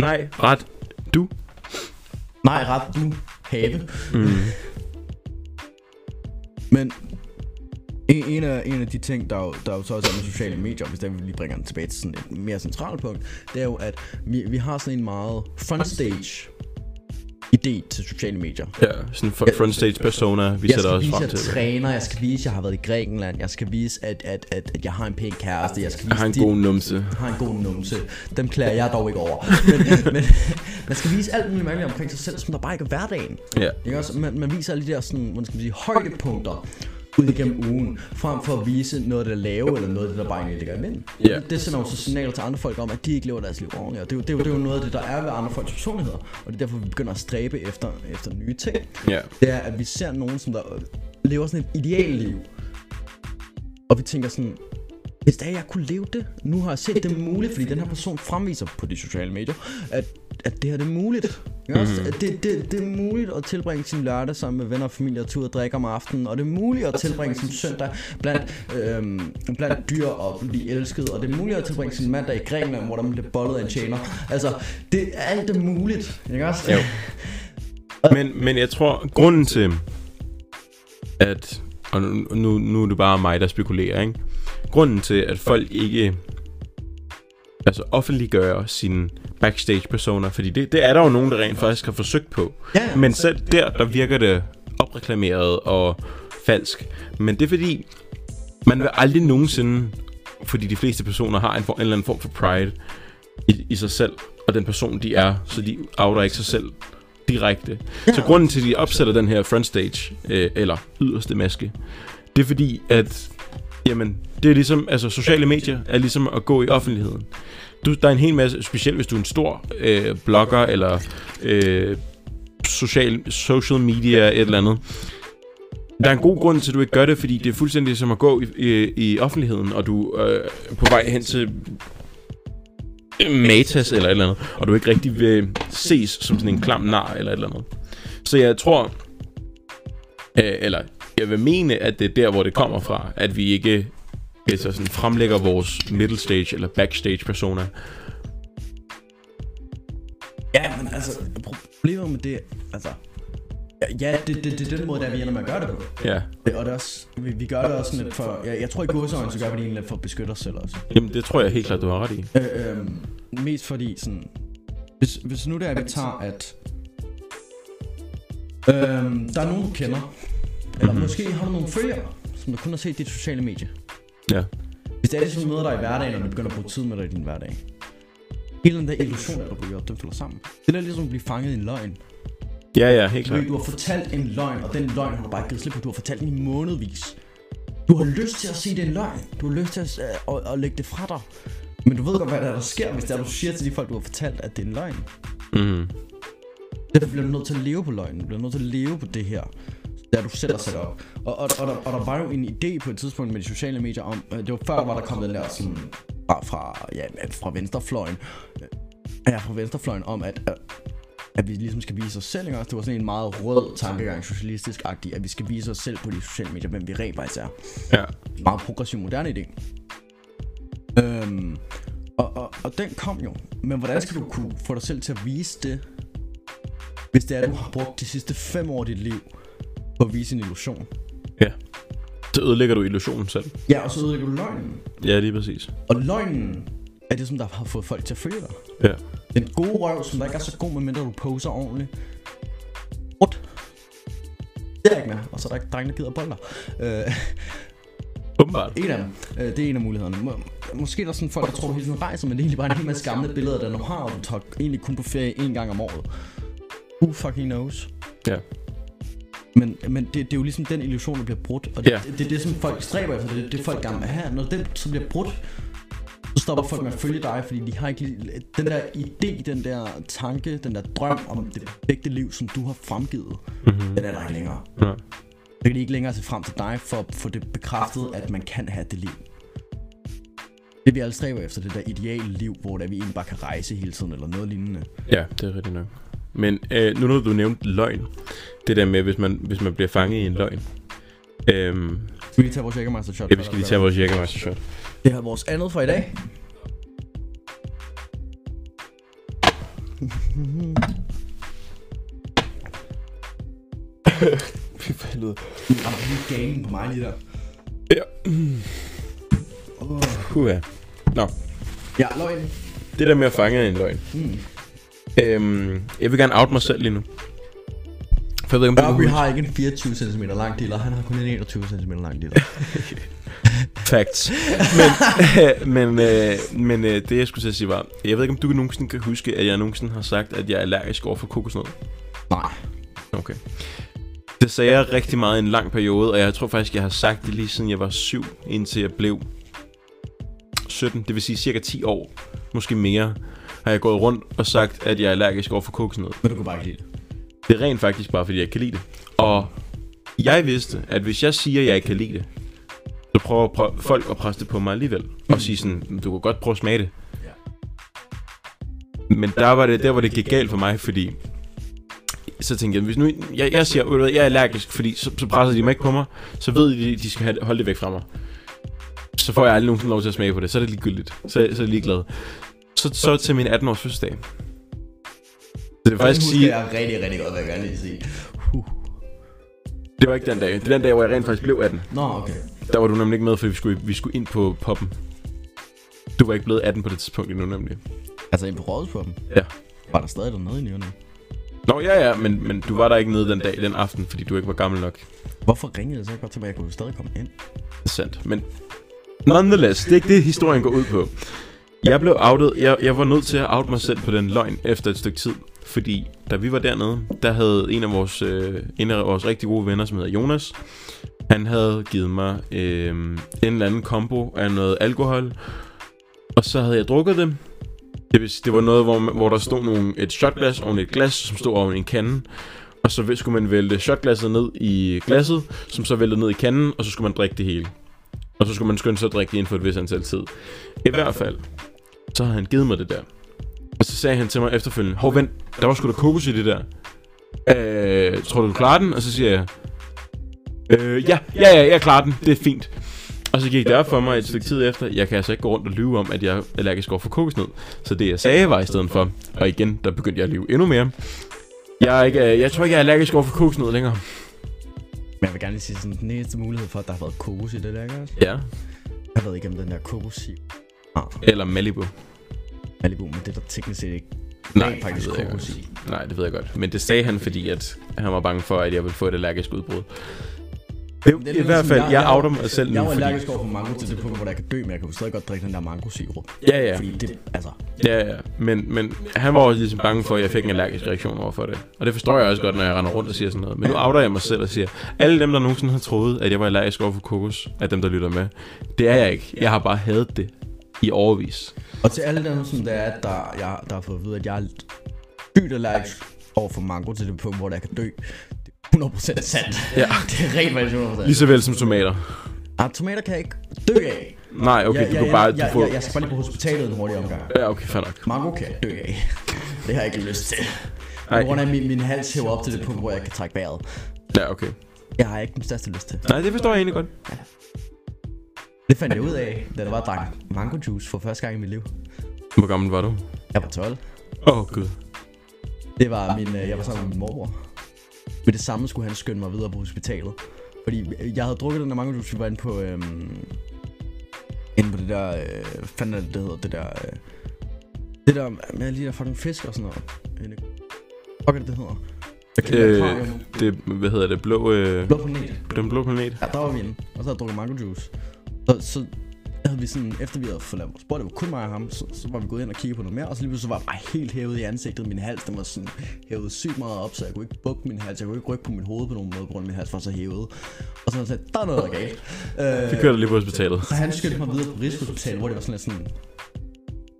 S1: Nej, ret. Du.
S2: nej, ret nu, have. Mm. Men En, en, af, en af de ting, der jo, der jo så også er med sociale medier, hvis der vi lige bringer den tilbage til sådan et mere centralt punkt, det er jo, at vi, vi har sådan en meget frontstage idé til sociale medier.
S1: Ja, sådan fr- front stage persona, vi
S2: Jeg
S1: sætter
S2: skal
S1: os
S2: vise, at
S1: frem
S2: jeg
S1: til.
S2: træner, jeg skal vise, at jeg har været i Grækenland, jeg skal vise, at, at, at, at jeg har en pæn kæreste, jeg skal vise
S1: Jeg har en
S2: dit-
S1: god numse.
S2: har en god numse. Dem klæder jeg dog ikke over. Men, men man skal vise alt muligt mærkeligt omkring sig selv, som der bare ikke er hverdagen.
S1: Ja.
S2: Ikke også? Man, man viser alle de der sådan, hvordan skal man sige, højdepunkter ud igennem ugen, frem for at vise noget af det lave, eller noget af det, der bare ikke ligger imellem.
S1: Ja.
S2: Det- Det sender jo så signaler til andre folk om, at de ikke lever deres liv ordentligt, og det er, jo, det, er jo, det er jo noget af det, der er ved andre folks personligheder, og det er derfor, vi begynder at stræbe efter, efter nye ting.
S1: Ja.
S2: Det er, at vi ser nogen, som der lever sådan et idealliv, og vi tænker sådan, hvis da jeg kunne leve det, nu har jeg set det muligt, fordi den her person fremviser på de sociale medier, at, at det her det er muligt. Mm. Også, at det, det, det er muligt at tilbringe sin lørdag sammen med venner og familie og tage ud og drikke om aftenen, og det er muligt at tilbringe sin søndag blandt, øhm, blandt dyr og blive elsket, og det er muligt at tilbringe sin mandag i Grækenland, hvor der bliver bollet af en tjener. Altså, det, alt er muligt, ikke også?
S1: Jo. Men, men jeg tror, grunden til, at... Og nu, nu, nu er det bare mig, der spekulerer, ikke? Grunden til, at folk ikke altså offentliggør sine backstage-personer, fordi det, det er der jo nogen, der rent faktisk har forsøgt på.
S2: Ja, ja.
S1: Men selv der, der virker det opreklameret og falsk. Men det er fordi, man vil aldrig nogensinde, fordi de fleste personer har en, for, en eller anden form for pride i, i sig selv, og den person de er, så de outer ikke sig selv direkte. Så grunden til, at de opsætter den her frontstage, øh, eller yderste maske, det er fordi, at jamen, det er ligesom, altså sociale medier er ligesom at gå i offentligheden. Du, der er en hel masse, specielt hvis du er en stor øh, blogger eller øh, social, social media et eller andet. Der er en god grund til, at du ikke gør det, fordi det er fuldstændig som at gå i, i, i offentligheden, og du øh, er på vej hen til Matas eller et eller andet, og du ikke rigtig vil ses som sådan en klam nar eller et eller andet. Så jeg tror, øh, eller jeg vil mene, at det er der, hvor det kommer fra, at vi ikke altså sådan, fremlægger vores middle stage eller backstage persona.
S2: Ja, men altså, problemet med det, altså... Ja, det, det, det er den måde, der vi ender med at gøre det på.
S1: Ja,
S2: Det- Og det er også, vi, vi gør det også sådan lidt for... Jeg, jeg tror i godsøjne, så gør vi det egentlig lidt for at beskytte os selv også.
S1: jamen det tror jeg helt klart, du har ret i.
S2: Øh, øh, mest fordi sådan... Hvis, hvis nu det er, at vi tager, at... Øh, der er nogen, du kender. Eller mm-hmm. måske har du nogle følgere, som du kun har set i dit sociale medie.
S1: Ja.
S2: Hvis det er det, som møder dig i hverdagen, og du begynder at bruge tid med dig i din hverdag. Hele den der illusion, der bliver op, den falder sammen. Det er ligesom at blive fanget i en løgn.
S1: Ja, ja, helt
S2: Du,
S1: klart.
S2: ved, du har fortalt en løgn, og den løgn har du bare ikke givet slip på. Du har fortalt den i månedvis. Du har lyst til at sige, det er en løgn. Du har lyst til at, at, at, at lægge det fra dig. Men du ved godt, hvad der, er, der sker, hvis det er, du siger til de folk, du har fortalt, at det er en løgn.
S1: Mm-hmm.
S2: Derfor bliver du nødt til at leve på løgnen. Du bliver nødt til at leve på det her, der du selv har sat op. Og, og, og, der, og der var jo en idé på et tidspunkt med de sociale medier om, øh, det var før, hvor der kom den der sådan, fra, fra, ja, fra venstrefløjen, øh, ja, fra venstrefløjen om, at, øh, at vi ligesom skal vise os selv, ikke også? Det var sådan en meget rød tankegang, socialistisk-agtig, at vi skal vise os selv på de sociale medier, hvem vi rent faktisk er
S1: Ja.
S2: meget progressiv moderne idé. Øhm, og, og, og den kom jo. Men hvordan skal du kunne få dig selv til at vise det, hvis det er, at du har brugt de sidste fem år af dit liv på at vise en illusion?
S1: ja. Så ødelægger du illusionen selv.
S2: Ja, og så ødelægger du løgnen.
S1: Ja, lige præcis.
S2: Og løgnen er det, som der har fået folk til at følge dig.
S1: Ja.
S2: Den gode røv, som der ikke er så god, medmindre du poser ordentligt. Rut. Det er jeg ikke med. Og så er der ikke drenge, der gider boller. Øh,
S1: Åbenbart.
S2: En af dem. Øh, det er en af mulighederne. Må, måske er der sådan folk, der tror, du hele tiden rejser, men det er egentlig bare en hel masse gamle billeder, der nu har, og du tager egentlig kun på ferie en gang om året. Who fucking knows?
S1: Ja.
S2: Men, men det, det, er jo ligesom den illusion, der bliver brudt, og det,
S1: Ja.
S2: yeah. det, det, er det, som folk stræber efter, det er det, folk gerne vil have. Når den så bliver brudt, så stopper folk med at følge dig, fordi de har ikke lige- den der idé, den der tanke, den der drøm om det perfekte liv, som du har fremgivet,
S1: Mhm.
S2: mm-hmm. den er der ikke længere.
S1: Nej.
S2: Så kan de ikke længere se frem til dig for at få det bekræftet, at man kan have det liv. Det vi alle stræber efter, det der ideale liv, hvor der vi egentlig bare kan rejse hele tiden, eller noget lignende.
S1: Ja, det er rigtigt nok. Men øh, nu når du nævnte løgn, det der med, hvis man, hvis man bliver fanget i en løgn. Øhm,
S2: Skal vi lige tage vores Jægermeister shot?
S1: ja, vi skal lige tage vores jækkermeister shot.
S2: Det er vores andet for i dag.
S1: Fy for helvede.
S2: Du ramte lige ganen på mig lige der.
S1: Ja. Puha. Nå,
S2: Ja, løgn.
S1: det der med at fange er en løgn.
S2: Mm.
S1: Øhm, jeg vil gerne out mig selv lige nu. For jeg ved ikke, om du
S2: Bobby
S1: kan
S2: har ikke en 24 cm lang diller, han har kun en 21 cm lang diller.
S1: facts. Men, men, øh, men øh, det jeg skulle til at sige var, jeg ved ikke, om du nogensinde kan huske, at jeg nogensinde har sagt, at jeg er allergisk over for kokosnød.
S2: Nej.
S1: Okay. Det sagde jeg rigtig meget i en lang periode, og jeg tror faktisk, jeg har sagt det lige siden jeg var 7, indtil jeg blev 17, det vil sige cirka 10 år, måske mere, har jeg gået rundt og sagt, at jeg er allergisk over for kokosnød.
S2: Men du kunne bare ikke lide det.
S1: Det er rent faktisk bare, fordi jeg ikke kan lide det. Og jeg vidste, at hvis jeg siger, at jeg ikke kan lide det, så prøver prø- folk at presse det på mig alligevel. Og sige sådan, du kan godt prøve at smage det. Men der var det, der hvor det gik galt for mig, fordi så tænkte jeg, hvis nu jeg, jeg siger, "Ved du hvad, jeg er allergisk, fordi så, så presser de mig ikke på mig, så ved de, de skal have, det- holde det væk fra mig. Så får jeg aldrig nogensinde lov til at smage på det, så er det ligegyldigt. Så, så er jeg ligeglad. Så, så til min 18-års fødselsdag. Det vil faktisk
S2: husker
S1: sige,
S2: Jeg rigtig, rigtig godt, hvad jeg gerne lige sige.
S1: Det var ikke den dag. Det er den dag, hvor jeg rent faktisk blev 18.
S2: Nå, okay.
S1: Der var du nemlig ikke med, fordi vi skulle, vi skulle ind på poppen. Du var ikke blevet 18 på det tidspunkt endnu, nemlig.
S2: Altså ind på rådhuspumpen?
S1: Ja.
S2: Var der stadig dernede i nyerne?
S1: Nå, ja, ja, men, men du var der ikke nede den dag, den aften, fordi du ikke var gammel nok. Det
S2: Hvorfor ringede jeg så ikke bare til mig? Jeg kunne jo stadig komme ind.
S1: er sandt, men... Nonetheless, det er ikke det, historien går ud på. Jeg blev outet. Jeg, jeg var nødt til at out mig selv på den løgn efter et stykke tid. Fordi da vi var dernede, der havde en af vores, øh, en af vores rigtig gode venner, som hedder Jonas, han havde givet mig øh, en eller anden kombo af noget alkohol. Og så havde jeg drukket det. Det, vil sige, det var noget, hvor, man- hvor der stod nogle, et shotglas oven i et glas, som stod oven i en kande. Og så skulle man vælte shotglasset ned i glasset, som så væltede ned i kanden, og så skulle man drikke det hele. Og så skulle man skynde sig at drikke det inden for et vis antal tid. I hvert fald, så havde han givet mig det der. Og så sagde han til mig efterfølgende, hov vent, der var sgu da kokos i det der. Øh, tror du, du klarer den? Og så siger jeg, øh, ja, ja, ja, jeg klarer den, det er fint. Og så gik det op for mig et stykke tid efter, jeg kan altså ikke gå rundt og lyve om, at jeg er allergisk over for kokosnød. Så det jeg sagde var i stedet for, og igen, der begyndte jeg at lyve endnu mere. Jeg, er ikke, øh, jeg tror ikke, jeg er allergisk over for kokosnød længere.
S2: Men jeg vil gerne lige sige sådan, den eneste mulighed for, at der har været kokos i det der, ikke også?
S1: Ja.
S2: Jeg ved ikke, om den der kokos i... Ah,
S1: Eller Malibu.
S2: Malibu, men det er der teknisk set ikke
S1: Nej,
S2: rent faktisk
S1: det ved jeg
S2: kokos i.
S1: Nej, det ved jeg godt. Men det sagde han, fordi at han var bange for, at jeg ville få et allergisk udbrud. Det,
S2: Det
S1: I
S2: er
S1: hvert fald, jeg,
S2: ligesom,
S1: jeg outer mig selv
S2: Jeg
S1: nu,
S2: var
S1: fordi...
S2: allergisk over for mango til det punkt, hvor jeg kan dø, men jeg kan jo stadig godt drikke den der mango-sirup.
S1: Ja, ja,
S2: Fordi det, altså...
S1: ja, ja. Men, men han var også ligesom bange for, at jeg fik en allergisk reaktion over for det. Og det forstår jeg også godt, når jeg render rundt og siger sådan noget. Men nu outer jeg mig selv og siger, alle dem, der nogensinde har troet, at jeg var allergisk over for kokos, af dem, der lytter med, det er jeg ikke. Jeg har bare hadet det i overvis.
S2: Og til alle dem, som det er, at der, jeg, der har fået at vide, at jeg er sygt allergisk over for mango til det punkt, hvor jeg kan dø, det er 100% sandt.
S1: Ja.
S2: det er rent faktisk 100% sandt.
S1: Lige så vel som tomater.
S2: Ah, tomater kan jeg ikke dø af.
S1: Nej, okay, du kan bare... Du
S2: jeg,
S1: får...
S2: jeg, jeg skal bare lige på hospitalet en hurtig omgang.
S1: Ja, okay, fair nok.
S2: Mango kan jeg dø af. Det har jeg ikke lyst til.
S1: Ej.
S2: På grund af min, min hals hæver op til det punkt, hvor jeg kan trække vejret.
S1: Ja, okay.
S2: Jeg har ikke den største lyst til.
S1: Nej, det forstår jeg egentlig godt.
S2: Det fandt jeg ud af, da der var drak mango juice for første gang i mit liv.
S1: Hvor gammel var du?
S2: Jeg var 12.
S1: Åh, oh, gud.
S2: Det var min, øh, jeg var sammen med min mormor. Med det samme skulle han skynde mig videre på hospitalet. Fordi øh, jeg havde drukket den der mango juice, vi var inde på, øhm, inde på det der, øh, hvad fanden er det, det hedder, det der, øh, det der med alle de der fucking fisk og sådan noget. Inde- Hvad er det, det hedder? Jeg kan ikke
S1: Øh,
S2: øh,
S1: det, hvad hedder det, blå, øh,
S2: Blå planet.
S1: den blå planet?
S2: Ja, der var vi inde, og så havde jeg drukket mango juice. Så, så havde vi sådan, efter vi havde forladt vores bord, det var kun mig og ham, så, så var vi gået ind og kigget på noget mere, og så lige pludselig så var jeg bare helt hævet i ansigtet. Min hals, den var sådan hævet sygt meget op, så jeg kunne ikke bukke min hals, jeg kunne ikke rykke på mit hoved på nogen måde, på grund af min hals var så hævet. Og så havde jeg sagt, der er noget, der er galt. Øh,
S1: Det kører du lige på hospitalet.
S2: så han skyndte mig videre på Rigshospitalet, hvor det var sådan lidt sådan...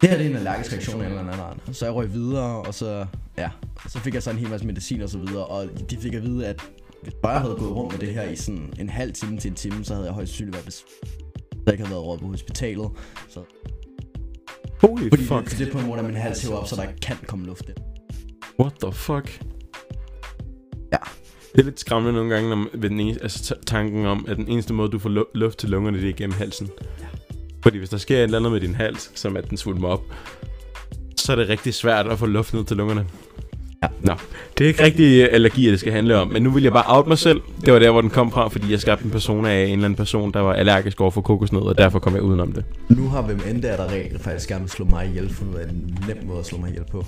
S2: Det her det er en allergisk reaktion af en eller anden art. Så jeg røg videre, og så, ja, så fik jeg så en hel masse medicin og så videre, og de fik at vide, at hvis bare jeg havde gået rundt med det her i sådan en halv time til en time, så havde jeg højst synligt været bes... Så jeg ikke havde været råd på hospitalet. Så,
S1: Holy
S2: fordi
S1: fuck.
S2: det, det på en måde, at min hals hæver op, så der ikke kan komme luft ind.
S1: What the fuck?
S2: Ja.
S1: Det er lidt skræmmende nogle gange, når man- ved den eneste, altså ta- tanken om, at den eneste måde, du får lu- luft til lungerne, det er igennem halsen. Fordi hvis der sker et eller andet med din hals, som at den svulmer op, så er det rigtig svært at få luft ned til lungerne. Ja. Nå, det er ikke rigtig øh, allergier, det skal handle om, men nu vil jeg bare out mig selv. Det var der, hvor den kom fra, fordi jeg skabte en persona af en eller anden person, der var allergisk over for kokosnød, og derfor kom jeg udenom det.
S2: Nu har hvem end der, der rent faktisk gerne vil slå mig ihjel, fundet ud af en nem måde at slå mig ihjel på.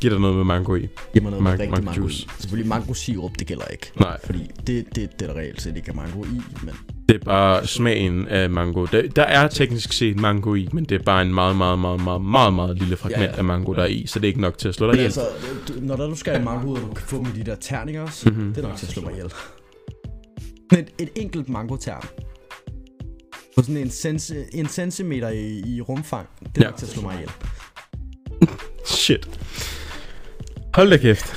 S1: Giv dig noget med mango i.
S2: Giv mig noget
S1: Mang-
S2: rigtig
S1: mango
S2: mango, mango
S1: juice.
S2: i. Selvfølgelig mango sirup, det gælder ikke.
S1: Nej.
S2: Fordi det, det, det er der reelt set ikke er mango i, men
S1: Det er bare smagen af mango. Der, der er teknisk set mango i, men det er bare en meget, meget, meget, meget, meget, meget lille fragment
S2: Ja,
S1: ja,
S2: ja.
S1: af mango, der er i, så det er ikke nok til at slå dig
S2: Men
S1: ihjel.
S2: altså, du, når der nu skal i mango ud, og du kan få dem i de der terninger også,
S1: Mhm.
S2: mm-hmm. det er nok til at slå mig ihjel. Men et, et enkelt mangotern, på sådan en, centi, en centimeter i, i rumfang, det er
S1: Ja.
S2: nok til at slå mig ihjel.
S1: Shit. Hold da kæft.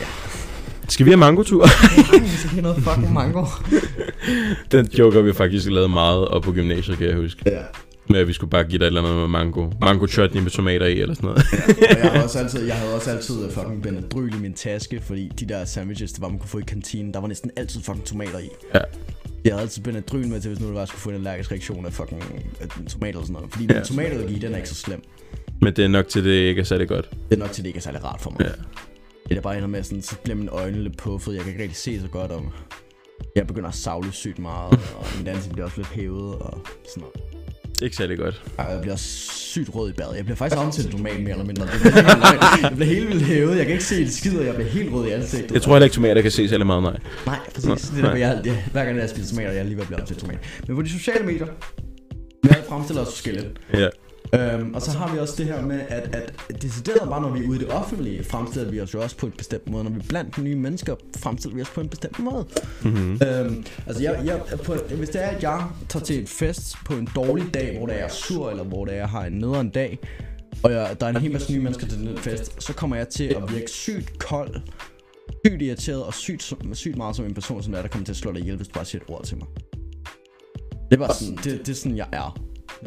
S1: Skal vi have mangotur?
S2: Så det er noget fucking mango.
S1: Den joker vi faktisk lavet meget op på gymnasiet, kan jeg huske.
S2: ja.
S1: Med at vi skulle bare give dig et eller andet med mango. Mango chutney med tomater i, eller sådan noget.
S2: Og jeg, har også altid, jeg havde også altid øh, fucking Benadryl i min taske, fordi de der sandwiches, der var, man kunne få i kantinen, der var næsten altid fucking tomater i.
S1: ja.
S2: Jeg havde altid Benadryl med til, hvis nu det var, at jeg skulle få en allergisk reaktion af fucking af tomater eller sådan noget. Fordi
S1: Ja.
S2: ja. tomatallergi, den er ikke så slem.
S1: Men det er nok til, det ikke er særlig godt.
S2: Det er nok til, det ikke er særlig rart for mig.
S1: Ja.
S2: Det der bare ender med sådan, så bliver mine øjne lidt puffet, jeg kan ikke rigtig se så godt om. Jeg begynder at savle sygt meget, og min dans bliver også lidt hævet og sådan noget.
S1: Ikke særlig godt.
S2: Ej, Jeg bliver sygt rød i badet. Jeg bliver faktisk om til en normal mere eller mindre. Det bliver helt løgn. Jeg bliver helt vildt hævet. Jeg kan ikke se et skid, og jeg bliver helt rød i ansigtet.
S1: Jeg tror heller ikke, tomater kan se særlig meget, nej.
S2: Nej, præcis. Det er der, jeg, jeg, hver gang jeg spiser tomater, jeg er lige ved at blive om til tomat. Men på de sociale medier, vi har fremstillet os forskelligt.
S1: Ja.
S2: Øhm, og så har vi også det her med, at, at decideret bare, når vi er ude i det offentlige, fremstiller vi os jo også på en bestemt måde. Når vi er blandt nye mennesker, fremstiller vi os på en bestemt måde. Mm-hmm. Øhm, altså, jeg, jeg, på, hvis det er, at jeg tager til et fest på en dårlig dag, hvor der er sur, eller hvor der er, jeg har en nederen dag, og jeg, der er en hel masse nye mennesker til den fest, så kommer jeg til at virke sygt kold, sygt irriteret og sygt, som- sygt meget som en person, som der, er, der kommer til at slå dig ihjel, hvis du bare siger et ord til mig. Det var sådan, det, det er sådan, jeg er.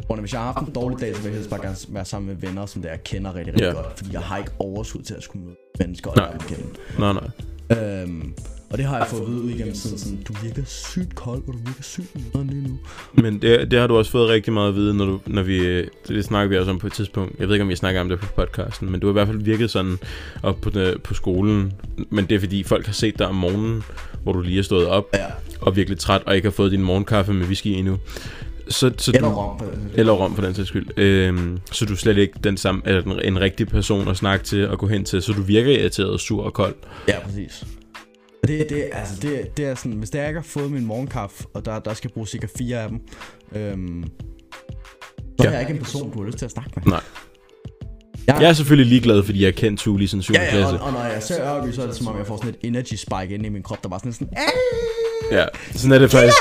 S2: Og hvis jeg har haft en dårlig dag, så vil jeg helst bare gerne være sammen med venner, som der jeg kender rigtig, rigtig
S1: Ja.
S2: godt. Fordi jeg har ikke overskud til at skulle møde mennesker og
S1: Nej.
S2: lære dem at kende.
S1: Nej, nej.
S2: Øhm, og det har jeg fået at vide ud igennem tiden, sådan, du virker sygt kold, og du virker sygt nederen lige nu.
S1: Men det, det har du også fået rigtig meget at vide, når, du, når vi... øh, Det snakker vi også om på et tidspunkt. Jeg ved ikke, om vi snakker om det på podcasten, men du har i hvert fald virket sådan op på, øh, på skolen. Men det er, fordi folk har set dig om morgenen, hvor du lige er stået op
S2: Ja.
S1: og virkelig træt, og ikke har fået din morgenkaffe med whisky endnu. Så, så
S2: Eller
S1: du,
S2: rom på den.
S1: Eller rom for den sags skyld. Øhm, så du er slet ikke den samme, eller den, en rigtig person at snakke til og gå hen til, så du virker irriteret, sur og kold.
S2: Ja, præcis. Og Det, det, altså, det, det er sådan, hvis det er, jeg ikke har fået min morgenkaffe, og der, der skal bruge cirka fire af dem, øhm, så
S1: Ja.
S2: er jeg ikke en person, du har lyst til at snakke med.
S1: Nej. Jeg er selvfølgelig ligeglad, fordi jeg har kendt Thule i sin 7.
S2: Ja, ja, altså-
S1: klasse.
S2: og, og når jeg ser Ørby, så er det som om, jeg får sådan et energy spike ind i min krop, der bare sådan sådan, "Ah!"
S1: Ja, sådan er det faktisk.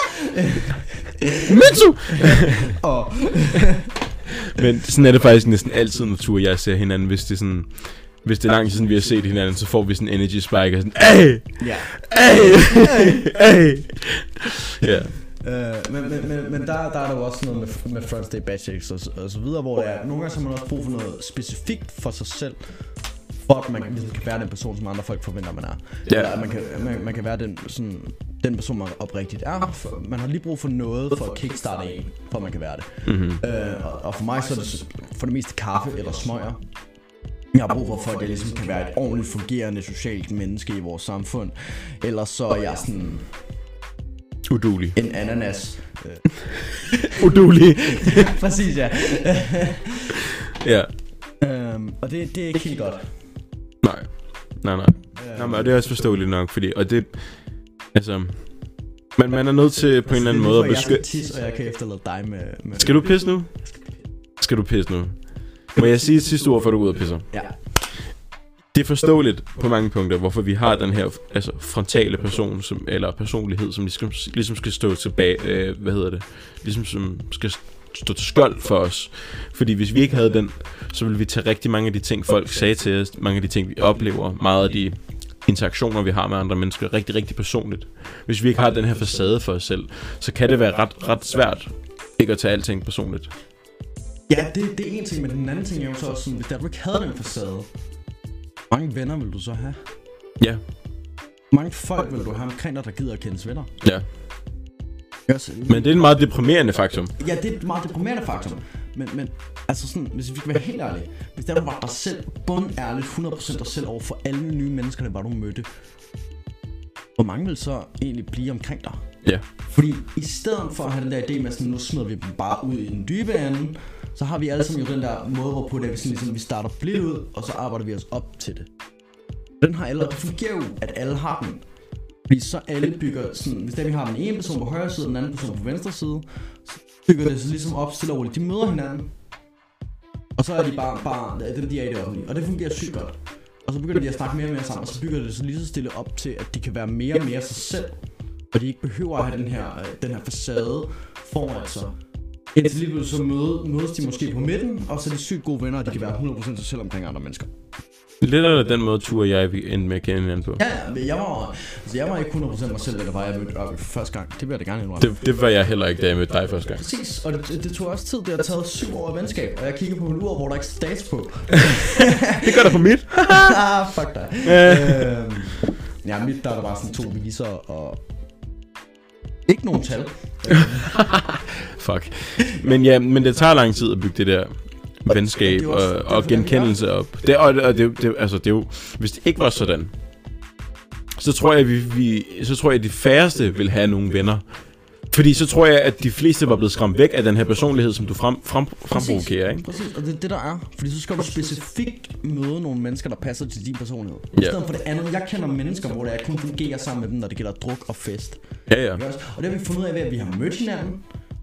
S1: Mitsu!
S2: og
S1: Men sådan er det faktisk næsten altid, når Thule og jeg ser hinanden, hvis det er sådan... Hvis det er lang tid siden, vi har set hinanden, så får vi sådan en energy spike og sådan... Ey!
S2: ja.
S1: Ey! Ey! Ja.
S2: Øh, men, men, men, men der, der er der jo også noget med, med front stage basics og, så- og så videre, hvor der er, nogle gange så har man også brug for noget specifikt for sig selv, for at man ligesom kan være den person, som andre folk forventer, man er.
S1: Ja.
S2: Eller at man kan, man, man kan være den, sådan, den person, man oprigtigt er. For, man har lige brug for noget for at kickstarte en, for at man kan være det.
S1: Mhm.
S2: Mm-hmm. Øh, og, og for mig så er det s- for det meste kaffe eller smøger. Jeg har brug for, for at jeg ligesom kan være et ordentligt fungerende socialt menneske i vores samfund. Ellers så er jeg sådan
S1: Udulig.
S2: en ananas. Øh,
S1: Udulig.
S2: Præcis, ja.
S1: Ja.
S2: øhm, og det, det er ikke helt godt.
S1: Nej. Nej, nej. Nå, men, og det er også forståeligt nok, fordi... Og det... Altså... Men man er nødt til på en eller anden måde at
S2: Øhm, Jeg skal
S1: beskytte...
S2: tisse, og jeg kan efterlade dig med... med
S1: Skal du pisse nu? Skal du pisse nu? Må jeg sige et sidste ord, før du går ud og pisser?
S2: Ja.
S1: Det er forståeligt på mange punkter, hvorfor vi har den her altså, frontale person, som, eller personlighed, som ligesom, ligesom skal stå tilbage, øh, hvad hedder det, ligesom som skal stå til skjold for os. Fordi hvis vi ikke havde den, så ville vi tage rigtig mange af de ting, folk sagde til os, mange af de ting, vi oplever, meget af de interaktioner, vi har med andre mennesker, rigtig, rigtig personligt. Hvis vi ikke har den her facade for os selv, så kan det være ret, ret svært ikke at tage alting personligt.
S2: Ja, det, det er en ting, men den anden ting er jo så også sådan, hvis der du ikke havde den facade, hvor mange venner vil du så have?
S1: Ja,
S2: Hvor mange folk vil du have omkring dig, der gider at kendes venner?
S1: ja.
S2: Yes.
S1: Men det er en meget deprimerende faktum.
S2: Ja, det er et meget deprimerende faktum. men, men altså sådan, hvis vi skal være helt ærlige, hvis der var dig selv, bundærligt, 100% dig selv over for alle nye mennesker, der var du mødte, hvor mange vil så egentlig blive omkring dig?
S1: Ja.
S2: Fordi i stedet for at have den der idé med, sådan, nu smider vi dem bare ud i den dybe ende, så har vi alle sammen jo den der måde, hvorpå det er, vi, sådan, ligesom, vi starter blidt ud, og så arbejder vi os op til det. Den har alle, og det fungerer jo, at alle har den. Fordi så alle bygger sådan, hvis der vi har den ene person på højre side, og den anden person på venstre side, så bygger det sig ligesom op stille og roligt. De møder hinanden, og så er de bare, bare det er det, de er i det offentlige. Og det fungerer sygt godt. Og så begynder de at snakke mere og mere sammen, og så bygger det sig lige så stille op til, at de kan være mere og mere sig selv. Og de ikke behøver at have den her, øh, den her facade foran sig. Indtil lige pludselig så møde, mødes de måske på midten, og så er de sygt gode venner, og de kan være 100% sig selv omkring andre mennesker.
S1: Lidt af den måde, tur jeg vi endte med at kende hinanden på.
S2: Ja, men jeg var, altså jeg var ikke 100% mig selv, da det var, jeg mødte Ørby for første gang. Det vil jeg da gerne indrømme.
S1: Det, det var jeg heller ikke, da jeg mødte dig første gang.
S2: Præcis, og det, det, tog også tid. Det har taget syv år af venskab, og jeg kigger på min ur, hvor der ikke er stats på.
S1: Det gør der på mit.
S2: ah, fuck dig. øhm, ja, mit der er der bare sådan to viser og... Ikke nogen tal.
S1: Fuck. Men ja, men det tager lang tid at bygge det der venskab
S2: det er jo
S1: og,
S2: også-
S1: og
S2: derfor, jeg
S1: genkendelse op. Det, og, og det, det, altså, det er jo, hvis det ikke var sådan, så tror jeg, vi, vi, så tror jeg, at de færreste vil have nogle venner. Fordi så tror jeg, at de fleste var blevet skræmt væk af den her personlighed, som du frem, frem, fremprovokerer, ikke?
S2: Præcis, og det er det, der er. Fordi så skal du specifikt møde nogle mennesker, der passer til din personlighed. I
S1: Ja.
S2: stedet for det andet. Jeg kender mennesker, hvor det er, jeg kun fungerer sammen med dem, når det gælder druk og fest.
S1: Ja, ja.
S2: Ikke også? Og det har vi fundet ud af ved, at vi har mødt hinanden.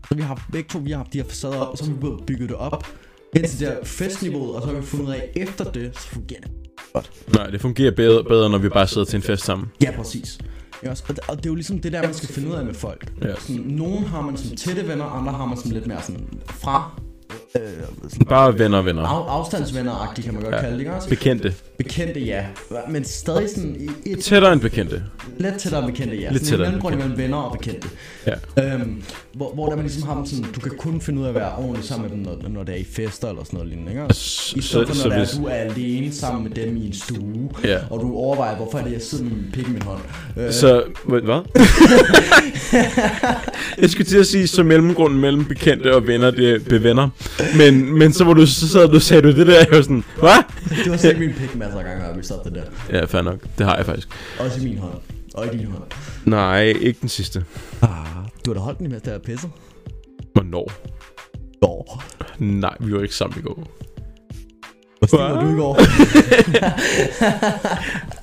S2: Så vi har begge to, vi har haft de her facader op, og så har vi både bygget det op hen til det her festniveau, og så har vi fundet ud af, at efter det, så fungerer det godt.
S1: Nej, det fungerer bedre, bedre, når vi bare sidder til en fest sammen.
S2: Ja, præcis. Ikke også? Og, det, og det er jo ligesom det der, man skal finde ud af med folk.
S1: Ja.
S2: Sådan, nogen har man som tætte venner, andre har man som lidt mere sådan fra øh, sådan
S1: Bare venner, venner.
S2: af, afstandsvenner kan man godt ja. kalde det, ikke også?
S1: Bekendte.
S2: Bekendte, ja. Men stadig sådan i et
S1: Tættere end bekendte.
S2: lidt tættere bekendte, ja.
S1: Lidt
S2: Sådan
S1: tættere
S2: En
S1: end
S2: mellemgrund mellem venner og bekendte.
S1: Ja.
S2: Øhm, hvor, hvor der man ligesom har dem sådan, du kan kun finde ud af at være ordentligt sammen med dem, når, når det er i fester eller sådan noget lignende, ikke? også?
S1: Så,
S2: I
S1: så,
S2: stedet for,
S1: så
S2: når det er,
S1: hvis...
S2: at du er alene sammen med dem i en stue,
S1: Ja.
S2: og du overvejer, hvorfor er det, jeg sidder med min pik i min hånd. Øh,
S1: Så, hvad- hvad? jeg skulle til at sige, så mellemgrunden mellem bekendte og venner, det er bevenner. Men, men så, var du, så sad du, sagde du det der, jeg var sådan, hvad?
S2: du har set min pik masser af gange, og vi stop det der.
S1: Ja, fair nok. Det har jeg faktisk.
S2: Også i min hånd. Og i din hånd.
S1: Nej, ikke den sidste.
S2: Ah, du har da holdt den imens, der er pisset.
S1: Hvornår?
S2: Nå.
S1: Nej, vi var ikke sammen i går.
S2: Hvor stiv var du i går?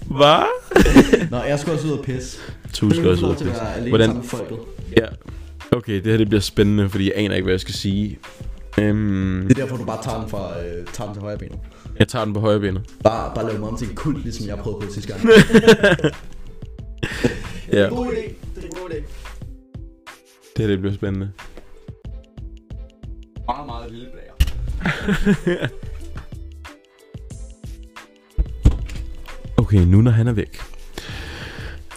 S1: Hvad?
S2: Nå, jeg skulle også ud og pisse.
S1: Du skal også ud.
S2: til at være alene
S1: Hvordan-
S2: Hvordan? sammen med folket.
S1: Ja. Okay, det her det bliver spændende, fordi jeg aner ikke, hvad jeg skal sige. Øhm,
S2: Det er derfor, du bare tager den, fra, øh, tager den til højre benet.
S1: jeg tager den på højre benet.
S2: Bare, bare lave mig om til en kult, ligesom jeg prøvede på sidste gang.
S1: Ja,
S2: God idé. Det er en god idé.
S1: det her det bliver spændende.
S2: Meget, meget lille blære.
S1: Okay, nu når han er væk.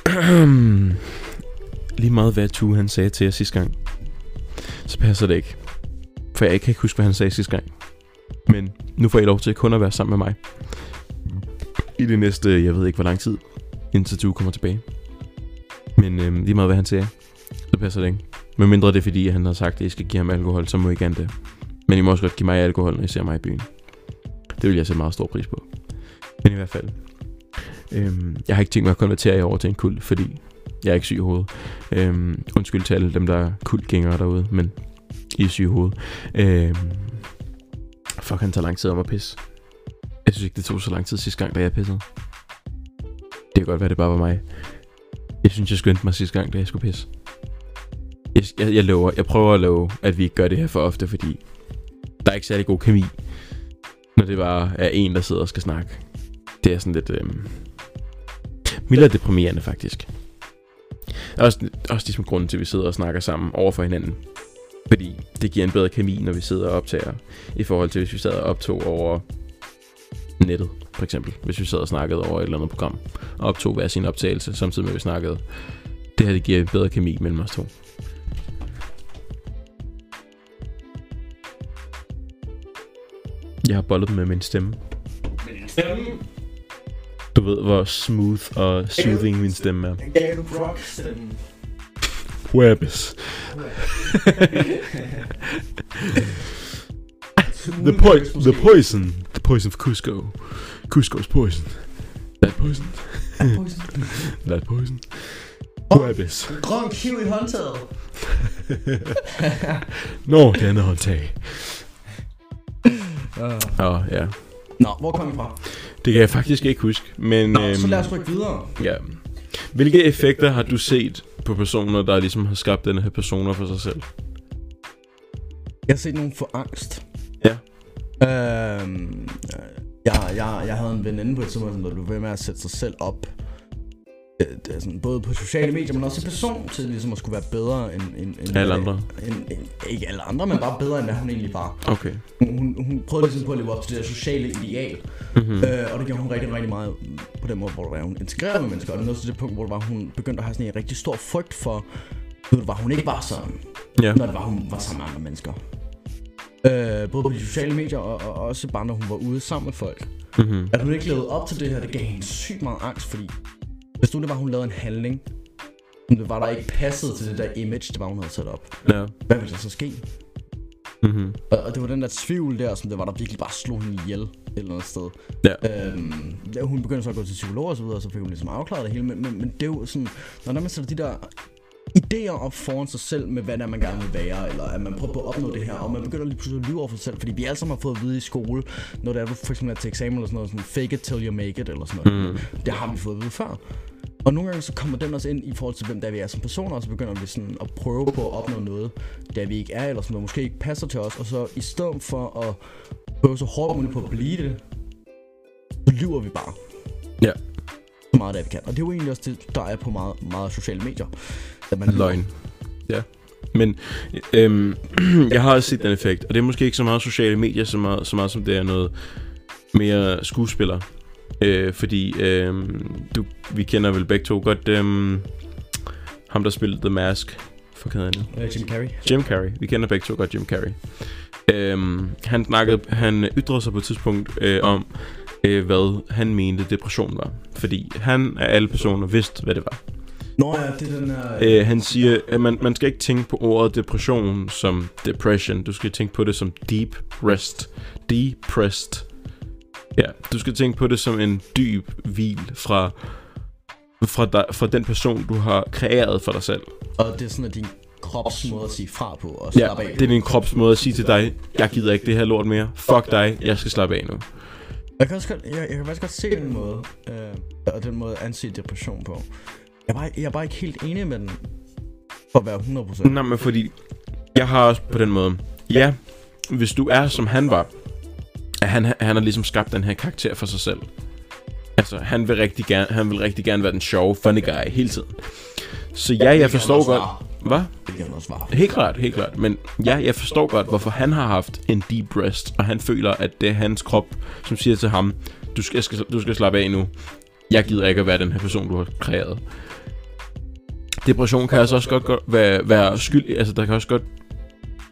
S1: Lige meget hvad Tue han sagde til jer sidste gang, så passer det ikke. For jeg kan ikke huske, hvad han sagde sidste gang. Men nu får I lov til kun at være sammen med mig. I det næste, jeg ved ikke hvor lang tid, indtil Tue kommer tilbage. Men øhm, lige meget hvad han siger, så passer det ikke. Men mindre det er fordi, at han har sagt, at I skal give ham alkohol, så må I gerne det. Men I må også godt give mig alkohol, når I ser mig i byen. Det vil jeg sætte meget stor pris på. Men i hvert fald, Øhm, jeg har ikke tænkt mig at konvertere jer over til en kult, fordi jeg er ikke syg i hovedet. Øhm, undskyld til alle dem, der er kultgængere derude, men I er syg i hovedet. Øhm, fuck, han tager lang tid om at pisse. Jeg synes ikke, det tog så lang tid sidste gang, da jeg pissede. Det kan godt være, det bare var mig. Jeg synes, jeg skyndte mig sidste gang, da jeg skulle pisse. Jeg, jeg, jeg, lover, jeg prøver at love, at vi ikke gør det her for ofte, fordi der er ikke særlig god kemi, når det bare er en, der sidder og skal snakke. Det er sådan lidt... Øhm, mildere deprimerende, faktisk. Også, også ligesom grunden til, at vi sidder og snakker sammen over for hinanden. Fordi det giver en bedre kemi, når vi sidder og optager, i forhold til, hvis vi sad og optog over nettet, for eksempel. Hvis vi sad og snakkede over et eller andet program, og optog hver sin optagelse, samtidig med, at vi snakkede. Det her, det giver en bedre kemi mellem os to. Jeg har bollet dem med min stemme. Du ved, hvor smooth og soothing min stemme er.
S2: Den gav du rock stemmen.
S1: Webis. The, po- the poison. The poison of Cusco. Cusco's poison. That poison. That poison. Huabis.
S2: Grøn kiv i håndtaget.
S1: Nå, det andet håndtag.
S2: Uh.
S1: Åh, oh, ja.
S2: Nå, hvor kom vi fra?
S1: Det kan jeg faktisk ikke huske, men... øhm,
S2: Nå, så lad os rykke videre.
S1: ja. Hvilke effekter har du set på personer, der ligesom har skabt den her personer for sig selv?
S2: Jeg har set nogen få angst.
S1: Ja.
S2: Øhm, jeg, jeg, jeg havde en veninde på et tidspunkt, som der blev ved med at sætte sig selv op. Øh, det er sådan, både på sociale medier, men også i person, til ligesom at skulle være bedre end... end, end
S1: Alle andre.
S2: End, end, ikke alle andre, men bare bedre, end hvad hun egentlig var.
S1: Okay.
S2: Hun, hun, hun prøvede ligesom på at leve op til det der sociale ideal. Mm-hmm. Øh, og det gjorde hun rigtig, rigtig meget på den måde, hvor det var, hun integrerede med mennesker. Og det nåede til det punkt, hvor det var, hun begyndte at have sådan en rigtig stor frygt for, ved du, var hun ikke var sådan
S1: Ja.
S2: når det var, hun var sammen med andre mennesker. Øh, både på de sociale medier og, og også bare når hun var ude sammen med folk.
S1: Mm-hmm.
S2: At hun ikke levede op til det her, det gav hende sygt meget angst, fordi hvis nu det var, hun lavede en handling, som det var, der ikke passede til det der image, det var, hun havde sat op.
S1: Ja.
S2: Hvad ville der så ske?
S1: Mm-hmm.
S2: Og, og det var den der tvivl der, som det var, der virkelig bare slog hende ihjel et eller andet sted.
S1: Ja.
S2: Øhm, ja, hun begyndte så at gå til psykolog og så videre, og så fik hun ligesom afklaret det hele, men, men, men det er jo sådan, når man sætter de der idéer op foran sig selv med, hvad det er, man gerne vil være, eller at man prøver på at opnå det her, og man begynder lige pludselig at lyve over for sig selv, fordi vi alle sammen har fået at vide i skole, når det er, du for eksempel er til eksamen eller sådan noget, sådan, fake it till you make it, eller sådan noget. Mm. Det har vi fået at vide før. Og nogle gange så kommer den også ind i forhold til, hvem der vi er som personer, og så begynder vi sådan at prøve på at opnå noget, der vi ikke er, eller sådan noget, måske ikke passer til os, og så i stedet for at prøve så hårdt muligt på at blive det, så lyver vi bare
S1: Ja.
S2: så meget, der vi kan. Og det er jo egentlig også det, der er på meget, meget sociale medier. At man
S1: Løgn. Ja. Men øhm, jeg har også set den effekt, og det er måske ikke så meget sociale medier, så meget, så meget som det er noget mere skuespiller. Øh, fordi øhm, du, vi kender vel begge to godt øhm, ham, der spillede The Mask. Fuck hedder han nu?
S2: Øh, Jim Carrey.
S1: Jim Carrey. Vi kender begge to godt Jim Carrey. Øhm, han, snakkede, han ytrede sig på et tidspunkt øh, om, øh, hvad han mente depression var. Fordi han af alle personer vidste, hvad det var.
S2: Nå ja, det er den her...
S1: Øh, han siger, at man, man skal ikke tænke på ordet depression som depression. Du skal tænke på det som deep rest. Depressed. Ja, du skal tænke på det som en dyb hvil fra, fra, dig, fra den person, du har kreeret for dig selv.
S2: Og det er sådan, at din krops måde at sige fra på, og slappe af.
S1: det er din krops måde at sige til dig, jeg gider ikke det her lort mere. Fuck dig, jeg skal slappe af nu.
S2: Jeg kan, også godt, jeg, jeg kan faktisk godt se den måde, øh, og den måde at anse depression på. Jeg er, bare, jeg er bare ikke helt enig med den, for at være 100%.
S1: Nej, men fordi jeg har også på den måde, ja, hvis du er som han var, at han, han har ligesom skabt den her karakter for sig selv. Altså, han vil rigtig gerne, han vil rigtig gerne være den sjove, funny guy hele tiden. Så ja, jeg forstår
S2: også
S1: godt... Hvad?
S2: Det kan jeg også svare.
S1: Helt klart, helt klart. Men ja, jeg forstår godt, hvorfor han har haft en deep breast, og han føler, at det er hans krop, som siger til ham, du skal, skal, du skal slappe af nu. Jeg gider ikke at være den her person, du har kreeret. Depression kan altså også godt, godt være, være skyld, altså der kan også godt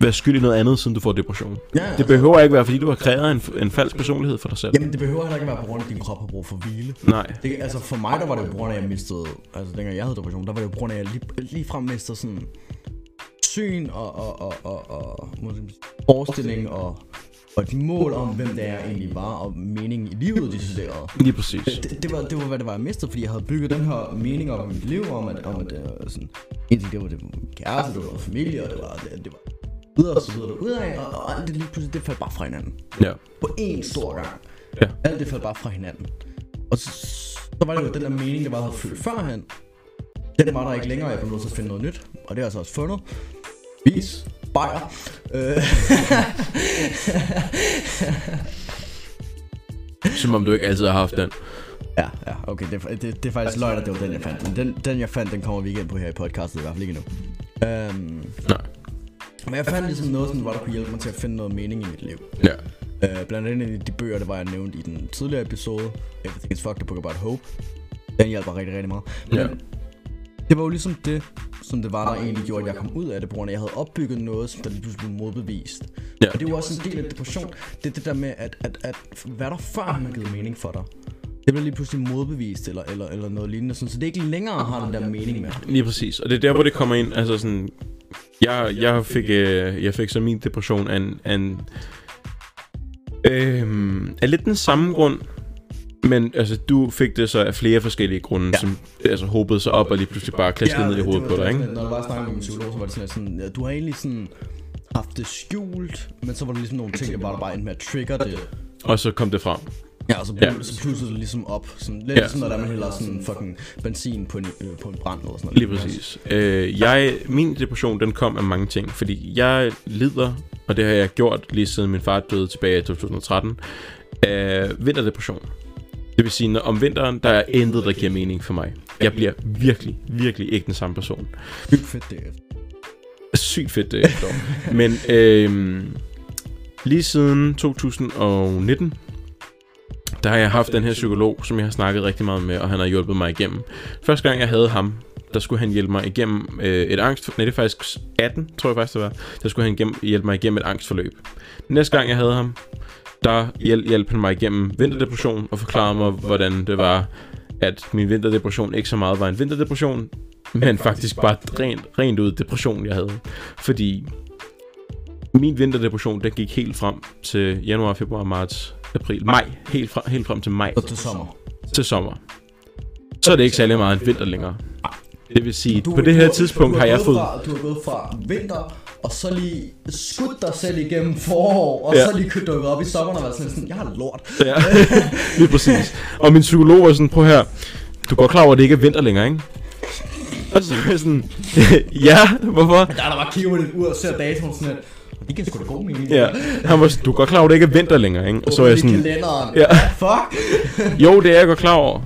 S1: være skyld i noget andet, siden du får depression.
S2: Ja,
S1: Det behøver ikke være, fordi du har kreeret en, en falsk personlighed for dig selv.
S2: Jamen, det behøver heller ikke at være på grund af, at din krop har brug for hvile.
S1: Nej.
S2: Det, altså for mig, der var det jo på grund af, at jeg mistede... Altså dengang jeg havde depression, der var det jo på grund af, at jeg lige, ligefrem mistede sådan... Syn og, og, og, og, og hvad skal man sige, forestilling og, og de mål om, hvem det er jeg egentlig var, og meningen i livet, de studerede.
S1: Lige præcis.
S2: Det, det, var, det var, hvad det var, jeg mistede, fordi jeg havde bygget den her mening op i mit liv, om at, om at øh, sådan, en ting, det var det var min kæreste, det var familie, og det var, det, det var videre og så videre derudad, og, og alt det lige pludselig, det faldt bare fra hinanden
S1: Ja.
S2: på én stor gang.
S1: Ja.
S2: Alt det faldt bare fra hinanden. Og så, så var det jo den der mening, der var havde fyldt førhen. Den var der ikke længere, og jeg blev nødt til at finde noget nyt. Og det har jeg så også fundet. Vis. Bajer. Øh,
S1: Som om du ikke altid har haft den.
S2: ja, ja, okay. Det, det, det er faktisk løgn, at det var den, jeg fandt. Men den, den, jeg fandt, den kommer vi ikke ind på her i podcastet, i hvert fald ikke endnu. Øhm,
S1: Nej.
S2: men jeg fandt ligesom noget, som var, der kunne hjælpe mig til at finde noget mening i mit liv.
S1: Ja.
S2: Øh, blandt andet i de bøger, der var jeg nævnt i den tidligere episode. Everything is fucked, the book about hope. Den hjælper rigtig, rigtig meget. Men
S1: Ja.
S2: det var jo ligesom det, som det var, der egentlig gjorde, at jeg kom ud af det, på grund af, at jeg havde opbygget noget, som der lige pludselig blev modbevist.
S1: Ja.
S2: Og det er jo også en del af depression. Det er det der med, at, at, at hvad der før har givet mening for dig. Det bliver lige pludselig modbevist, eller, eller, eller noget lignende, sådan, så det ikke længere har den der mening med.
S1: Lige præcis, og det er der, hvor det kommer ind, altså sådan, jeg, jeg, fik, øh, jeg fik så min depression af en, af en Øhm, af lidt den samme grund, men altså, du fik det så af flere forskellige grunde, ja. som altså, håbede sig op og lige pludselig bare klaskede ja, ned i
S2: det
S1: hovedet
S2: var
S1: på dig,
S2: sådan
S1: ikke?
S2: lidt, Når du bare snakkede med min psykolog, så var det sådan, lidt sådan ja, du har egentlig sådan haft det skjult, men så var der ligesom nogle ting, der bare, der bare endte med at trigger det.
S1: Og så kom det frem.
S2: Ja, og så,
S1: Ja.
S2: ja. så pludselig det ligesom op. Sådan, lidt
S1: Ja.
S2: ja. ligesom, når der er, man hælder sådan fucking benzin på en, øh, på en brand eller sådan noget.
S1: Lige præcis. Øh, jeg, min depression, den kom af mange ting, fordi jeg lider, og det har jeg gjort lige siden min far døde tilbage i 2013, af vinterdepression. Det vil sige, når om vinteren, der er intet, der giver mening for mig. Jeg bliver virkelig, virkelig ikke den samme person.
S2: Sygt fedt det.
S1: Sygt fedt det efterår. Men øhm, lige siden 2019, der har jeg haft den her psykolog, som jeg har snakket rigtig meget med, og han har hjulpet mig igennem. Første gang jeg havde ham, der skulle han hjælpe mig igennem øh, et angst... Nej, det er faktisk 18, tror jeg faktisk det var. Der skulle han igennem, hjælpe mig igennem et angstforløb. Næste gang jeg havde ham, der hjæl- hjalp han mig igennem vinterdepression og forklarede mig, hvordan det var, at min vinterdepression ikke så meget var en vinterdepression, men faktisk bare rent, rent ud depression, jeg havde. Fordi min vinterdepression, den gik helt frem til januar, februar, marts, april, maj. Helt frem, helt frem til maj
S2: Og til sommer.
S1: til sommer. Så er det ikke særlig meget en vinter længere. Det vil sige, på det
S2: du
S1: her tidspunkt
S2: du
S1: har jeg
S2: gået
S1: fået...
S2: Fra, du har gået fra vinter, og så lige skudt dig selv igennem forår, og
S1: Ja.
S2: ja. så lige kunne dukke op i sommeren og være sådan, sådan jeg har lort.
S1: Ja, lige præcis. Og min psykolog var sådan, prøv her, du går klar over, at det ikke er vinter længere, ikke? Og så var jeg sådan, ja, hvorfor?
S2: Der er der bare kigger på dit ur og ser datoen sådan lidt. Det giver sgu da god mening.
S1: Ja, han var sådan, du går klar over, at det ikke er vinter længere, ikke? Og så var jeg sådan,
S2: Kalenderen.
S1: Ja.
S2: Ja. Fuck.
S1: Jo, det er jeg godt klar over.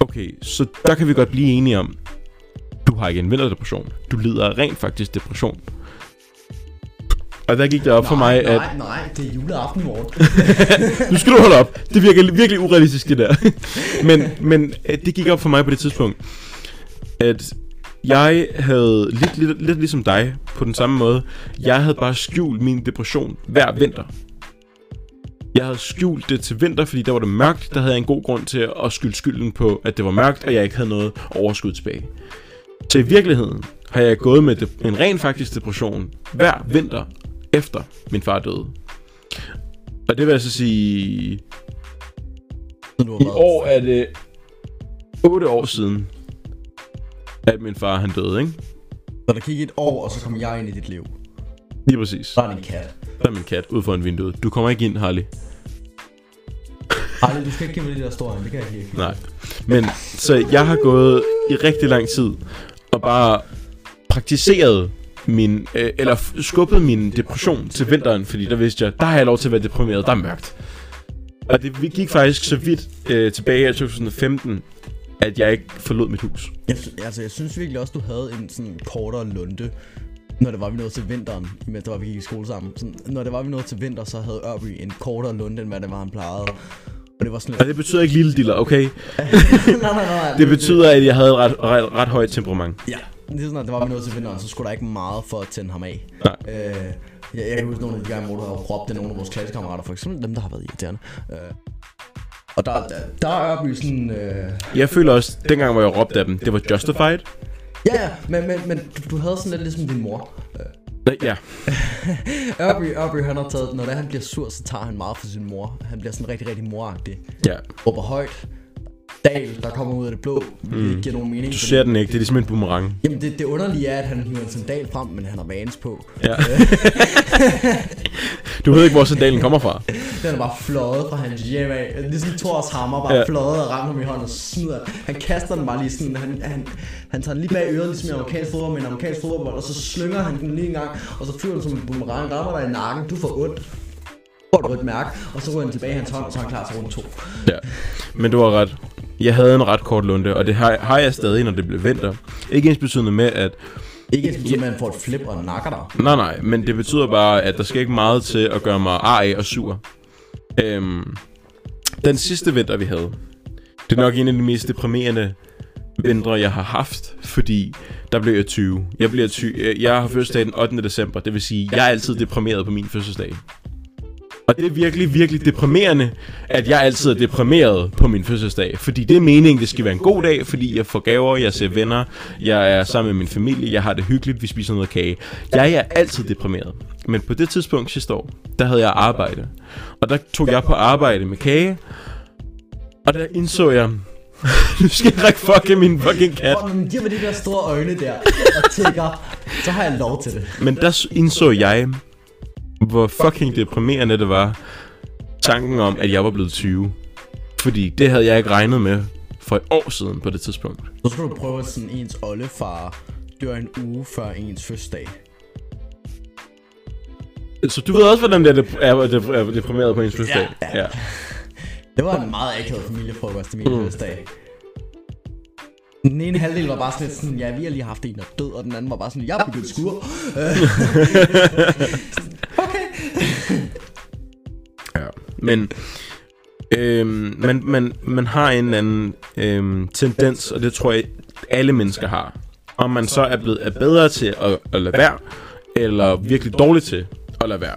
S1: Okay, så der kan vi godt blive enige om, du har ikke en vinterdepression. Du lider af rent faktisk depression. Og der gik det op for mig,
S2: nej,
S1: at
S2: Nej, nej, det er juleaften i morgen.
S1: nu skal du holde op. Det virker virkelig urealistisk, det der. men, men øh, det gik op for mig på det tidspunkt, at jeg havde lidt, lidt, lidt ligesom dig på den samme måde. Jeg havde bare skjult min depression hver vinter. Jeg havde skjult det til vinter, fordi der var det mørkt. Der havde jeg en god grund til at skylde skylden på, at det var mørkt, og jeg ikke havde noget overskud tilbage. Så i virkeligheden har jeg gået med dep- en ren faktisk depression hver vinter efter min far døde. Og det vil altså sige,
S2: Så du har
S1: i
S2: været-
S1: år er det 8 år siden, at min far han døde, ikke?
S2: Så der gik et år, og så kom jeg ind i dit liv.
S1: Lige præcis.
S2: Så er det en kat.
S1: Der er min kat ud foran vinduet. Du kommer ikke ind, Harley.
S2: Ej, du skal ikke give mig det der store, det kan jeg ikke.
S1: Nej. Men så jeg har gået i rigtig lang tid og bare praktiseret min, øh, eller f- skubbet min depression til vinteren, fordi der vidste jeg, der har jeg lov til at være deprimeret, der er mørkt. Og det vi gik faktisk så vidt øh, tilbage i 2015, at jeg ikke forlod mit hus.
S2: Jeg, sy- altså, jeg synes virkelig også, du havde en sådan kortere lunde, når det var, vi nåede til vinteren, imens det var, vi gik i skole sammen. Sådan, når det var, vi nåede til vinter, så havde Ørby en kortere lunde, end hvad det var, han plejede. Og det var sådan
S1: Og
S2: lidt...
S1: det betyder ikke lille diller, okay?
S2: nej, nej, nej.
S1: Det betyder, at jeg havde et ret, ret, ret højt temperament.
S2: Ja, det er sådan, at det var, vi nåede til vinteren, så skulle der ikke meget for at tænde ham af.
S1: Nej.
S2: Øh, jeg, jeg kan huske nogle af de gange, hvor du har råbt af nogle af vores klassekammerater, for eksempel dem, der har været irriterende. Øh, og der, der, der er Ørby sådan... Øh,
S1: Jeg føler også, dengang hvor jeg råbte af dem, det var justified.
S2: ja, ja, men, men, men du, du havde sådan lidt ligesom din mor. Øh,
S1: Nej, Ja,
S2: Ørby, Ørby, han har taget, når det er, han bliver sur, så tager han meget for sin mor. Han bliver sådan rigtig, rigtig moragtig.
S1: ja.
S2: Råber højt. Dal, der kommer ud af det blå, mm. ikke giver nogen mening.
S1: Du
S2: fordi-
S1: ser den ikke, det er ligesom en boomerang.
S2: Jamen, det, det underlige er, at han hiver en sandal frem, men han har vans på.
S1: Ja. du ved ikke, hvor sandalen kommer fra.
S2: Den er bare fløjet fra hans hjem af. Ligesom Thors hammer, bare
S1: Ja.
S2: ja. fløjet og rammer ham i hånden og smider den. Han kaster den bare lige sådan, han, han, han tager den lige bag øret, ligesom i amerikansk fodbold med en amerikansk fodboldbold, og så slynger han den lige en gang, og så flyver den som en boomerang, rammer dig i nakken, du får ondt. Får et rødt mærke, og så ryger han tilbage i hans hånd, og så er han klar til rundt to.
S1: Ja. Men du har ret. Jeg havde en ret kort lunde, og det har, har jeg stadig, når det bliver vinter. Ikke ens betydende med, at...
S2: Ikke ens betyder, at man får et flip og nakker dig.
S1: Nej, nej, men det betyder bare, at der skal ikke meget til at gøre mig arg og sur. Øhm, den sidste vinter, vi havde, det er nok en af de mest deprimerende vintre, jeg har haft, fordi der blev jeg 20. Jeg, bliver 20, øh, jeg har fødselsdag den 8. december, det vil sige, jeg er altid deprimeret på min fødselsdag. Og det er virkelig, virkelig deprimerende, at jeg altid er deprimeret på min fødselsdag. Fordi det er meningen, det skal være en god dag, fordi jeg får gaver, jeg ser venner, jeg er sammen med min familie, jeg har det hyggeligt, vi spiser noget kage. Jeg er altid deprimeret. Men på det tidspunkt sidste år, der havde jeg arbejde. Og der tog jeg på arbejde med kage, og der indså jeg, nu skal jeg række fucking min fucking kat.
S2: Åh, men giv mig de der store øjne der, og tænker, så har jeg lov til det.
S1: Men der s- indså jeg, hvor fucking deprimerende det var, tanken om, at jeg var blevet 20. Fordi det havde jeg ikke regnet med for et år siden på det tidspunkt.
S2: Så skulle du prøve, at sådan ens oldefar dør en uge før ens fødselsdag.
S1: Så du ved også, hvordan det er, dep- er, dep- er deprimeret på ens fødselsdag?
S2: Ja.
S1: ja.
S2: Det var en meget akavet familiefrokost til min mm. fødselsdag. Den ene halvdel var bare sådan lidt sådan, ja, vi har lige haft en, der er død, og den anden var bare sådan, jeg er begyndt skur.
S1: Ja. Men øhm, man, man, man har en eller anden øhm, tendens, og det tror jeg, alle mennesker har. Om man så er blevet er bedre til at, at lade være, eller virkelig dårlig til at lade være,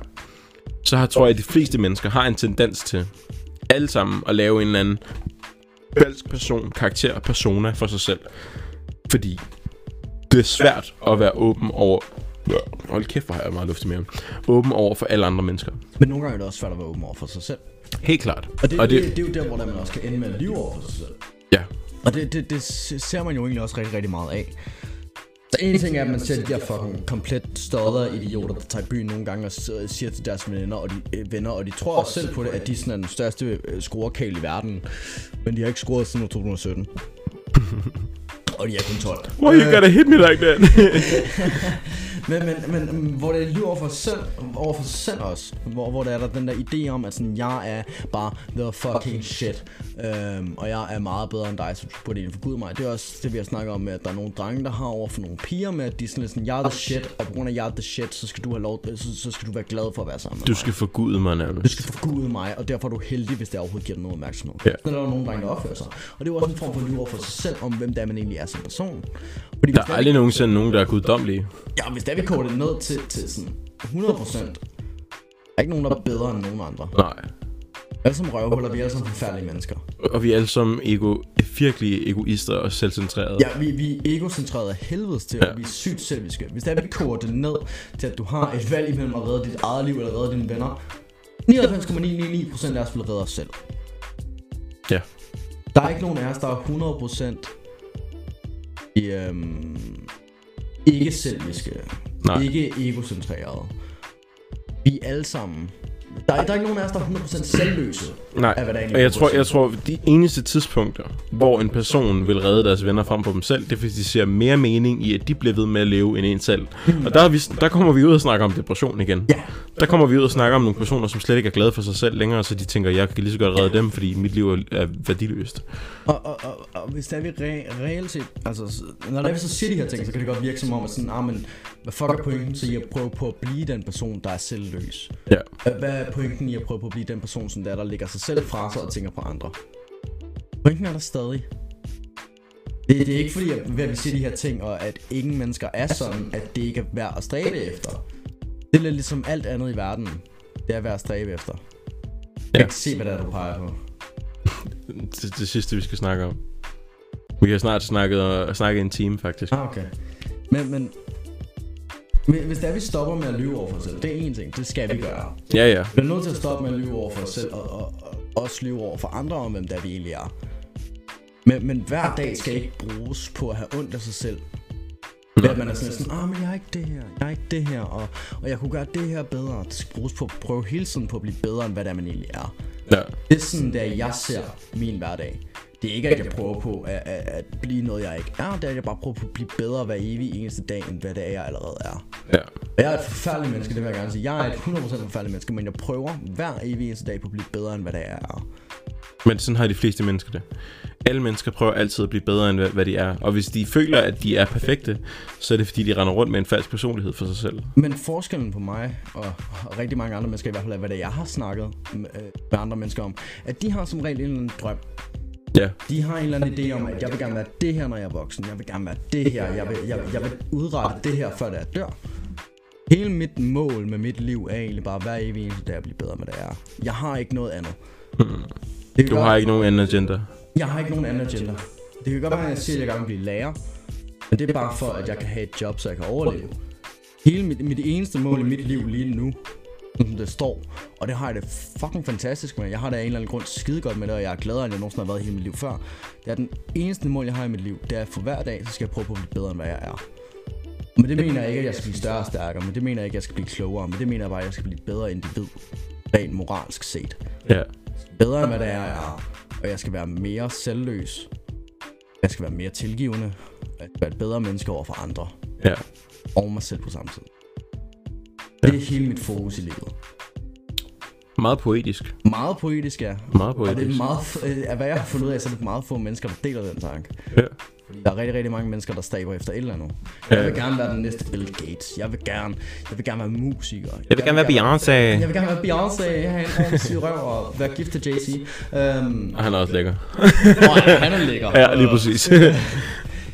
S1: så har, tror jeg, at de fleste mennesker har en tendens til alle sammen at lave en eller anden falsk person, karakter og persona for sig selv. Fordi det er svært at være åben over... Hold kæft, hvor har jeg meget luft i maven. Åben over for alle andre mennesker.
S2: Men nogle gange er det også svært at være åben over for sig selv.
S1: Helt klart.
S2: Og det, og det, det, det er jo der, hvor man også kan ende med at lyve over for sig selv.
S1: Ja.
S2: Og det, det, det s- ser man jo egentlig også rigtig, rigtig meget af. Så en ting er, at man ser de der fucking komplet stodder idioter, der tager i byen nogle gange og s- og siger til deres venner, og de, øh, venner, og de tror også selv på det, at de sådan er den største øh, scorekæl i verden. Men de har ikke scoret siden år 2017. og de er kun 12.
S1: Why you gotta hit me like that?
S2: Men, men, men mm, hvor det er lige over for sig selv, over for sig selv også, hvor, hvor der er der den der idé om, at sådan, jeg er bare the fucking shit, øhm, og jeg er meget bedre end dig, så du burde egentlig forgude mig. Det er også det, vi har snakket om, med, at der er nogle drenge, der har over for nogle piger med, at de er sådan lidt sådan, jeg er the shit, og på grund af, jeg er the shit, så skal du, have lov, så, så skal du være glad for at være sammen med
S1: du
S2: mig.
S1: skal forgude mig
S2: Du
S1: nærmest.
S2: skal forgude mig, og derfor er du heldig, hvis det overhovedet giver dig noget opmærksomhed.
S1: Ja.
S2: Så er der jo nogle drenge, der opfører sig. Og det er jo også en form for liv over for sig selv, om hvem det er, man egentlig er som person. Fordi
S1: Der er aldrig nogensinde nogen, der er guddommelige.
S2: Ja, hvis der vi koger det ned til, til sådan 100%. Der er ikke nogen, der er bedre end nogen andre.
S1: Nej.
S2: Alle som røvhuller, vi er alle sammen forfærdelige mennesker.
S1: Og vi er alle sammen ego, virkelig egoister og selvcentrerede.
S2: Ja, vi, vi er egocentrerede af helvedes til, og vi er sygt selviske. Hvis der vi koger det ned til, at du har et valg imellem at redde dit eget liv eller redde dine venner, 99,999% af os vil redde os selv.
S1: ja.
S2: Der er ikke nogen af os, der er 100% i, øhm, ikke selviske,
S1: Nej.
S2: ikke egocentrerede. Vi er alle sammen. Der, er- der er ikke nogen af os, der er 100% selvløse.
S1: Nej,
S2: af, hvad der egentlig
S1: og jeg
S2: foregår.
S1: tror, jeg tror, de eneste tidspunkter, hvor en person vil redde deres venner frem for dem selv, det er, fordi de ser mere mening i, at de bliver ved med at leve end en selv. Og der, er vi, der kommer vi ud og snakker om depression igen.
S2: Hmm. Ja.
S1: Der kommer vi ud og snakker om nogle personer, som slet ikke er glade for sig selv længere, så de tænker, jeg kan lige så godt redde dem, fordi mit liv er- er værdiløst.
S2: Og, og, og, og hvis der er vi re- reelt set, altså, s- når der er vi så siger de her ting, så kan det godt virke som om, at sådan, ah, men, hvad fuck er pointen til i at prøve på at blive den person, der er selvløs?
S1: Ja.
S2: Hvad- Hvad er pointen i at prøve på at blive den person, som der, der lægger sig selv fra sig og tænker på andre? Pointen er der stadig. Det, det er ikke fordi, at at vi siger de her ting, og at ingen mennesker er sådan, at det ikke er værd at stræbe efter. Det er lidt ligesom alt andet i verden. Det er værd at stræbe efter. Jeg
S1: Ja.
S2: kan ikke se, hvad det er, du peger på.
S1: det, det sidste, vi skal snakke om. Vi har snart snakket, og, snakket en time, faktisk.
S2: Ah, okay. Men, men... Hvis hvis det er, vi stopper med at lyve over for os selv, det er en ting, det skal vi gøre.
S1: Ja, ja.
S2: Vi er nødt til at stoppe med at lyve over for os selv, og, og, og også lyve over for andre om, hvem der vi egentlig er. Men, men hver dag skal ikke bruges på at have ondt af sig selv. Ved at man er sådan, lidt sådan ah, men jeg er ikke det her, jeg er ikke det her, og, og jeg kunne gøre det her bedre. Det skal bruges på at prøve hele tiden på at blive bedre, end hvad der man egentlig er.
S1: ja.
S2: Det er sådan, der jeg ser min hverdag. Det er ikke, at jeg prøver på at, at, at blive noget, jeg ikke er. Det er, at jeg bare prøver på at blive bedre hver evig eneste dag, end hvad det er, jeg allerede er.
S1: ja.
S2: Og jeg er et forfærdeligt menneske, det vil jeg gerne sige. Jeg er et 100% forfærdeligt menneske, men jeg prøver hver evig eneste dag på at blive bedre, end hvad det er, jeg er.
S1: Men sådan har de fleste mennesker det. Alle mennesker prøver altid at blive bedre, end hvad, hvad de er. Og hvis de føler, at de er perfekte, så er det, fordi de render rundt med en falsk personlighed for sig selv.
S2: Men forskellen på mig og, og rigtig mange andre mennesker, i hvert fald af hvad det er, jeg har snakket med, øh, med andre mennesker om, at de har som regel en eller anden drøm.
S1: Ja.
S2: De har en eller anden idé om, at jeg vil gerne være det her, når jeg er voksen. Jeg vil gerne være det her. Jeg vil, jeg, jeg vil udrette det her, før det er dør. Hele mit mål med mit liv er egentlig bare hver evig eneste dag at blive bedre med det jeg er. Jeg har ikke noget andet. Det kan
S1: Hmm. Du
S2: godt-
S1: har ikke nogen anden agenda.
S2: Jeg har ikke nogen anden agenda. Det kan godt være, at jeg siger, at jeg gerne vil blive lærer. Men det er bare for, at jeg kan have et job, så jeg kan overleve. Hele mit, mit eneste mål i mit liv lige nu, som det står, og det har jeg det fucking fantastisk med. Jeg har da af en eller anden grund skide godt med det, og jeg er gladere, end jeg nogensinde har været i hele mit liv før. Det er den eneste mål, jeg har i mit liv, det er, at for hver dag, så skal jeg prøve på at blive bedre, end hvad jeg er. Men det mener jeg ikke, at jeg skal blive større og stærkere, men det mener jeg ikke, at jeg skal blive klogere, men det mener jeg bare, at jeg skal blive bedre individ, rent moralsk set
S1: Ja.
S2: bedre end hvad det er, jeg er. Og jeg skal være mere selvløs. Jeg skal være mere tilgivende. Jeg skal være et bedre menneske over for andre.
S1: Ja.
S2: Og mig selv på samme tid. Det er hele mit fokus i livet.
S1: Meget poetisk.
S2: Meget poetisk, ja.
S1: Meget
S2: Og det er
S1: poetisk.
S2: meget, f- øh, af hvad jeg har fundet ud af, så er det meget få mennesker, der deler den tanke.
S1: Ja.
S2: Der er rigtig, rigtig mange mennesker, der stræber efter et eller andet. Jeg vil
S1: Ja.
S2: gerne være den næste Bill Gates. Jeg vil gerne, jeg vil gerne være musiker. Jeg,
S1: Beyoncé.
S2: Jeg vil gerne være Beyoncé, have en ordentlig syg røv og være gift til Jay-Z. Øhm,
S1: Og han er også lækker.
S2: og han er lækker.
S1: Ja, lige præcis.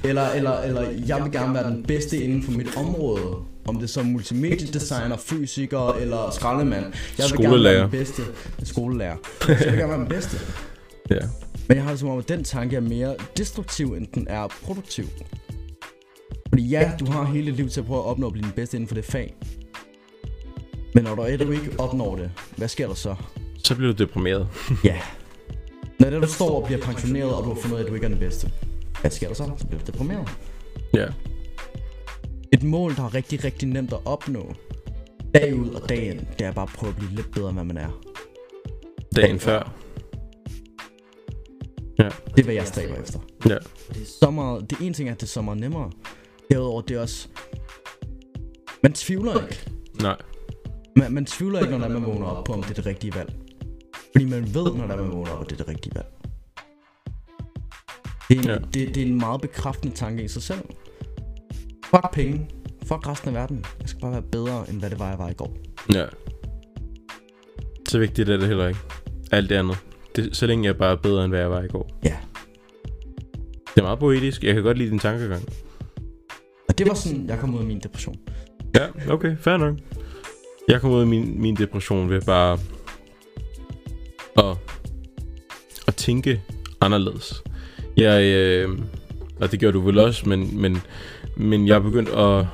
S2: Eller, eller, eller jeg vil gerne være den bedste inden for mit område. Om det er som multimediedesigner, fysiker eller skraldemand. Jeg vil gerne være
S1: Skolelærer.
S2: den bedste skolelærer. Så jeg vil gerne være den bedste.
S1: ja.
S2: Men jeg har det som om, at den tanke er mere destruktiv, end den er produktiv. Fordi ja, du har hele dit liv til at prøve at opnå at blive den bedste inden for det fag. Men når du endnu ikke opnår det, hvad sker der så?
S1: Så bliver du deprimeret.
S2: Ja. Når det, du står og bliver pensioneret, og du har fundet ud af, at du ikke er den bedste. Hvad sker der så? Så bliver du deprimeret.
S1: Ja.
S2: Et mål, der er rigtig, rigtig nemt at opnå. Dag ud og dag ind, det er bare at prøve at blive lidt bedre, end hvad man er.
S1: Dagen før. Ja.
S2: Det er, hvad jeg stræber efter.
S1: Ja.
S2: Så meget, det ene ting er, at det er så meget nemmere. Derudover, det er også... Man tvivler ikke.
S1: Nej.
S2: Man, man tvivler ikke, når det er, man vågner op på, om det er det rigtige valg. Fordi man ved, når det er, man vågner op, at det er det rigtige valg. Det er, en,
S1: Ja.
S2: ja. det, det er en meget bekræftende tanke i sig selv. Fuck penge. Fuck resten af verden. Jeg skal bare være bedre, end hvad det var, jeg var i går.
S1: Ja. Så vigtigt er det heller ikke. Alt det andet. Det, så længe jeg bare er bedre, end hvad jeg var i går.
S2: Ja.
S1: Det er meget poetisk. Jeg kan godt lide din tankegang.
S2: Og det var sådan, jeg kom ud af min depression.
S1: Ja, okay. Fair nok. Jeg kom ud af min, min depression ved bare at, at tænke anderledes. Jeg, øh, og det gjorde du vel også, men, men, men jeg begyndte at,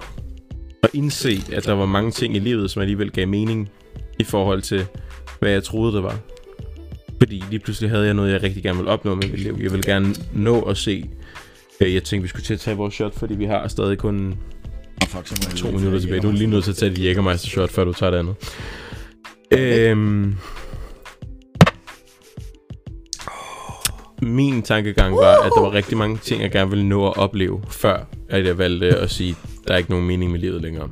S1: at indse, at der var mange ting i livet, som alligevel gav mening i forhold til, hvad jeg troede, det var. Fordi lige pludselig havde jeg noget, jeg rigtig gerne ville opnå med mit liv. Jeg ville gerne nå at se. Øh, Jeg tænkte, vi skulle til at tage vores shot, fordi vi har stadig kun
S2: Fuck, så må jeg
S1: altså To
S2: lige-
S1: minutter tilbage. Du er lige nødt til at tage dit Jägermeister shot, før du tager det andet. Øhm, min tankegang var, at der var rigtig mange ting, jeg gerne ville nå at opleve, før at jeg valgte at sige, der er ikke nogen mening med livet længere.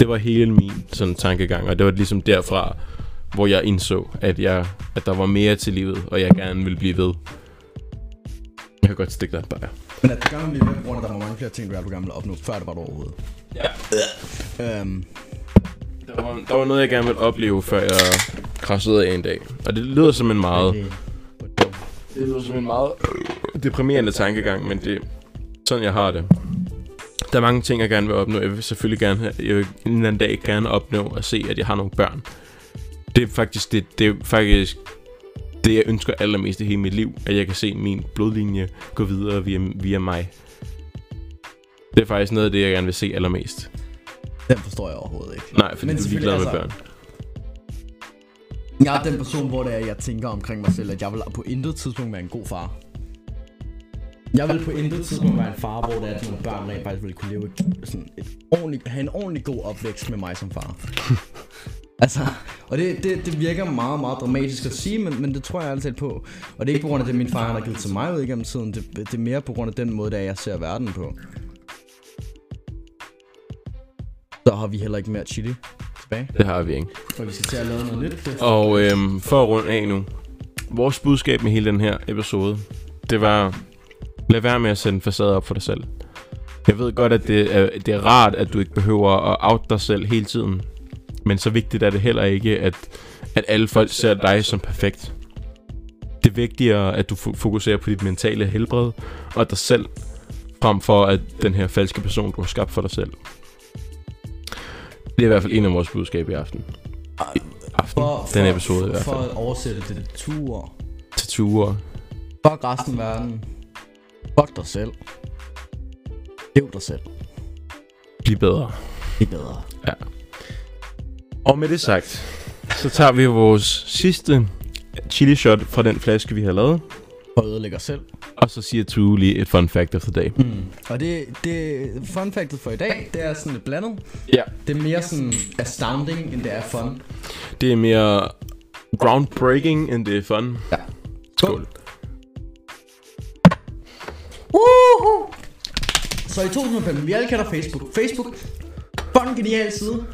S1: Det var hele min sådan, tankegang, og det var ligesom derfra, hvor jeg indså, at, jeg, at der var mere til livet, og jeg gerne ville blive ved. Jeg kan godt stikke dig bare.
S2: Men at det gør man lige ved, hvor der var mange flere ting, du gerne ville opnå, før det var det overhovedet.
S1: Ja.
S2: Øhm,
S1: Der var, der var noget, jeg gerne ville opleve, før jeg krassede af en dag. Og det lyder som en meget...
S2: okay.
S1: Det lyder som en meget... Deprimerende tankegang, men det... Sådan, jeg har det. Der er mange ting, jeg gerne vil opnå. Jeg vil selvfølgelig gerne... have- Jeg vil en eller anden dag gerne opnå at se, at jeg har nogle børn. Det er faktisk det, det, er faktisk det jeg ønsker allermest i hele mit liv. At jeg kan se min blodlinje gå videre via, via mig. Det er faktisk noget af det, jeg gerne vil se allermest.
S2: Den forstår jeg overhovedet ikke.
S1: Nej, fordi
S2: Men
S1: du er
S2: selvfølgelig,
S1: ligeglad med
S2: altså,
S1: børn.
S2: Jeg er den person, hvor det er, jeg tænker omkring mig selv, at jeg vil på intet tidspunkt være en god far. Jeg vil på intet tidspunkt være en far, hvor det er, at mine børn rent faktisk ville kunne leve et, sådan et ordentligt, have en ordentlig god opvækst med mig som far. altså, og det, det, det virker meget, meget dramatisk at sige, men, men det tror jeg altid på. Og det er ikke på grund af det, min far han har givet til mig ud igennem tiden. Det, det er mere på grund af den måde, der jeg ser verden på. Så har vi heller ikke mere chili tilbage.
S1: Det har vi ikke.
S2: Og vi skal til at lave noget nyt. Det
S1: Og øhm, for at runde af nu. Vores budskab med hele den her episode, det var, lad være med at sætte en facade op for dig selv. Jeg ved godt, at det er, det er rart, at du ikke behøver at out dig selv hele tiden. Men så vigtigt er det heller ikke, at, at alle folk ser dig som perfekt. Det er vigtigere, at du fo- fokuserer på dit mentale helbred og dig selv, frem for at den her falske person, du har skabt for dig selv. Det er i hvert fald en af vores budskaber i aften. I aften.
S2: For,
S1: Den
S2: for-
S1: episode i hvert
S2: For
S1: fald.
S2: at oversætte det til ture.
S1: Til ture.
S2: Fuck resten af verden. Fuck dig selv. Lev dig selv.
S1: Bliv bedre.
S2: Det er bedre.
S1: Og med det sagt, så tager vi vores sidste chili shot fra den flaske, vi har lavet.
S2: For at ødelægge os selv.
S1: Og så siger Tue lige et fun fact of the day.
S2: Mm. Og det, det fun factet for i dag, det er sådan lidt blandet.
S1: Ja.
S2: Det er mere sådan astounding, end det er fun.
S1: Det er mere groundbreaking, end det er fun.
S2: Ja.
S1: Skål.
S2: Woohoo! Så i 2015, vi alle kender Facebook. Facebook, fucking genial side.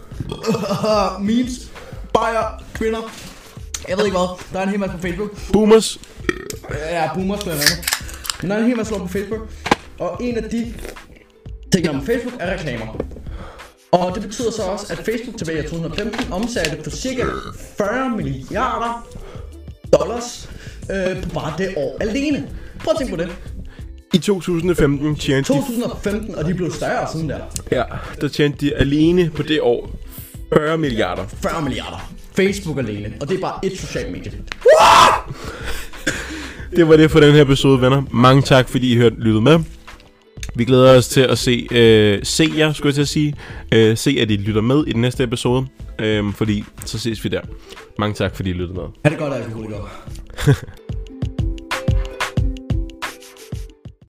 S2: Memes, bajer, kvinder. Jeg ved ikke hvad, der er en hel masse på Facebook.
S1: Boomers.
S2: Ja, boomers blandt andet. Men der er en hel masse lort på Facebook. Og en af de ting, der er på Facebook, er reklamer. Og det betyder så også, at Facebook tilbage i 2015 omsatte for cirka 40 milliarder dollars øh, på bare det år alene. Prøv at tænke på det.
S1: I 2015 tjente de,
S2: 2015, og de blev større siden der.
S1: ja, der tjente de alene på det år 40 milliarder.
S2: 40 milliarder. Facebook alene. Og det er bare et socialt medie.
S1: Det var det for den her episode, venner. Mange tak, fordi I hørte lyttet med. Vi glæder os til at se, øh, se jer, skulle jeg til at sige. Øh, se, at I lytter med i den næste episode. Øhm, Øh, fordi så ses vi der. Mange tak, fordi I lyttede med.
S2: Ha' det godt, alkoholikere.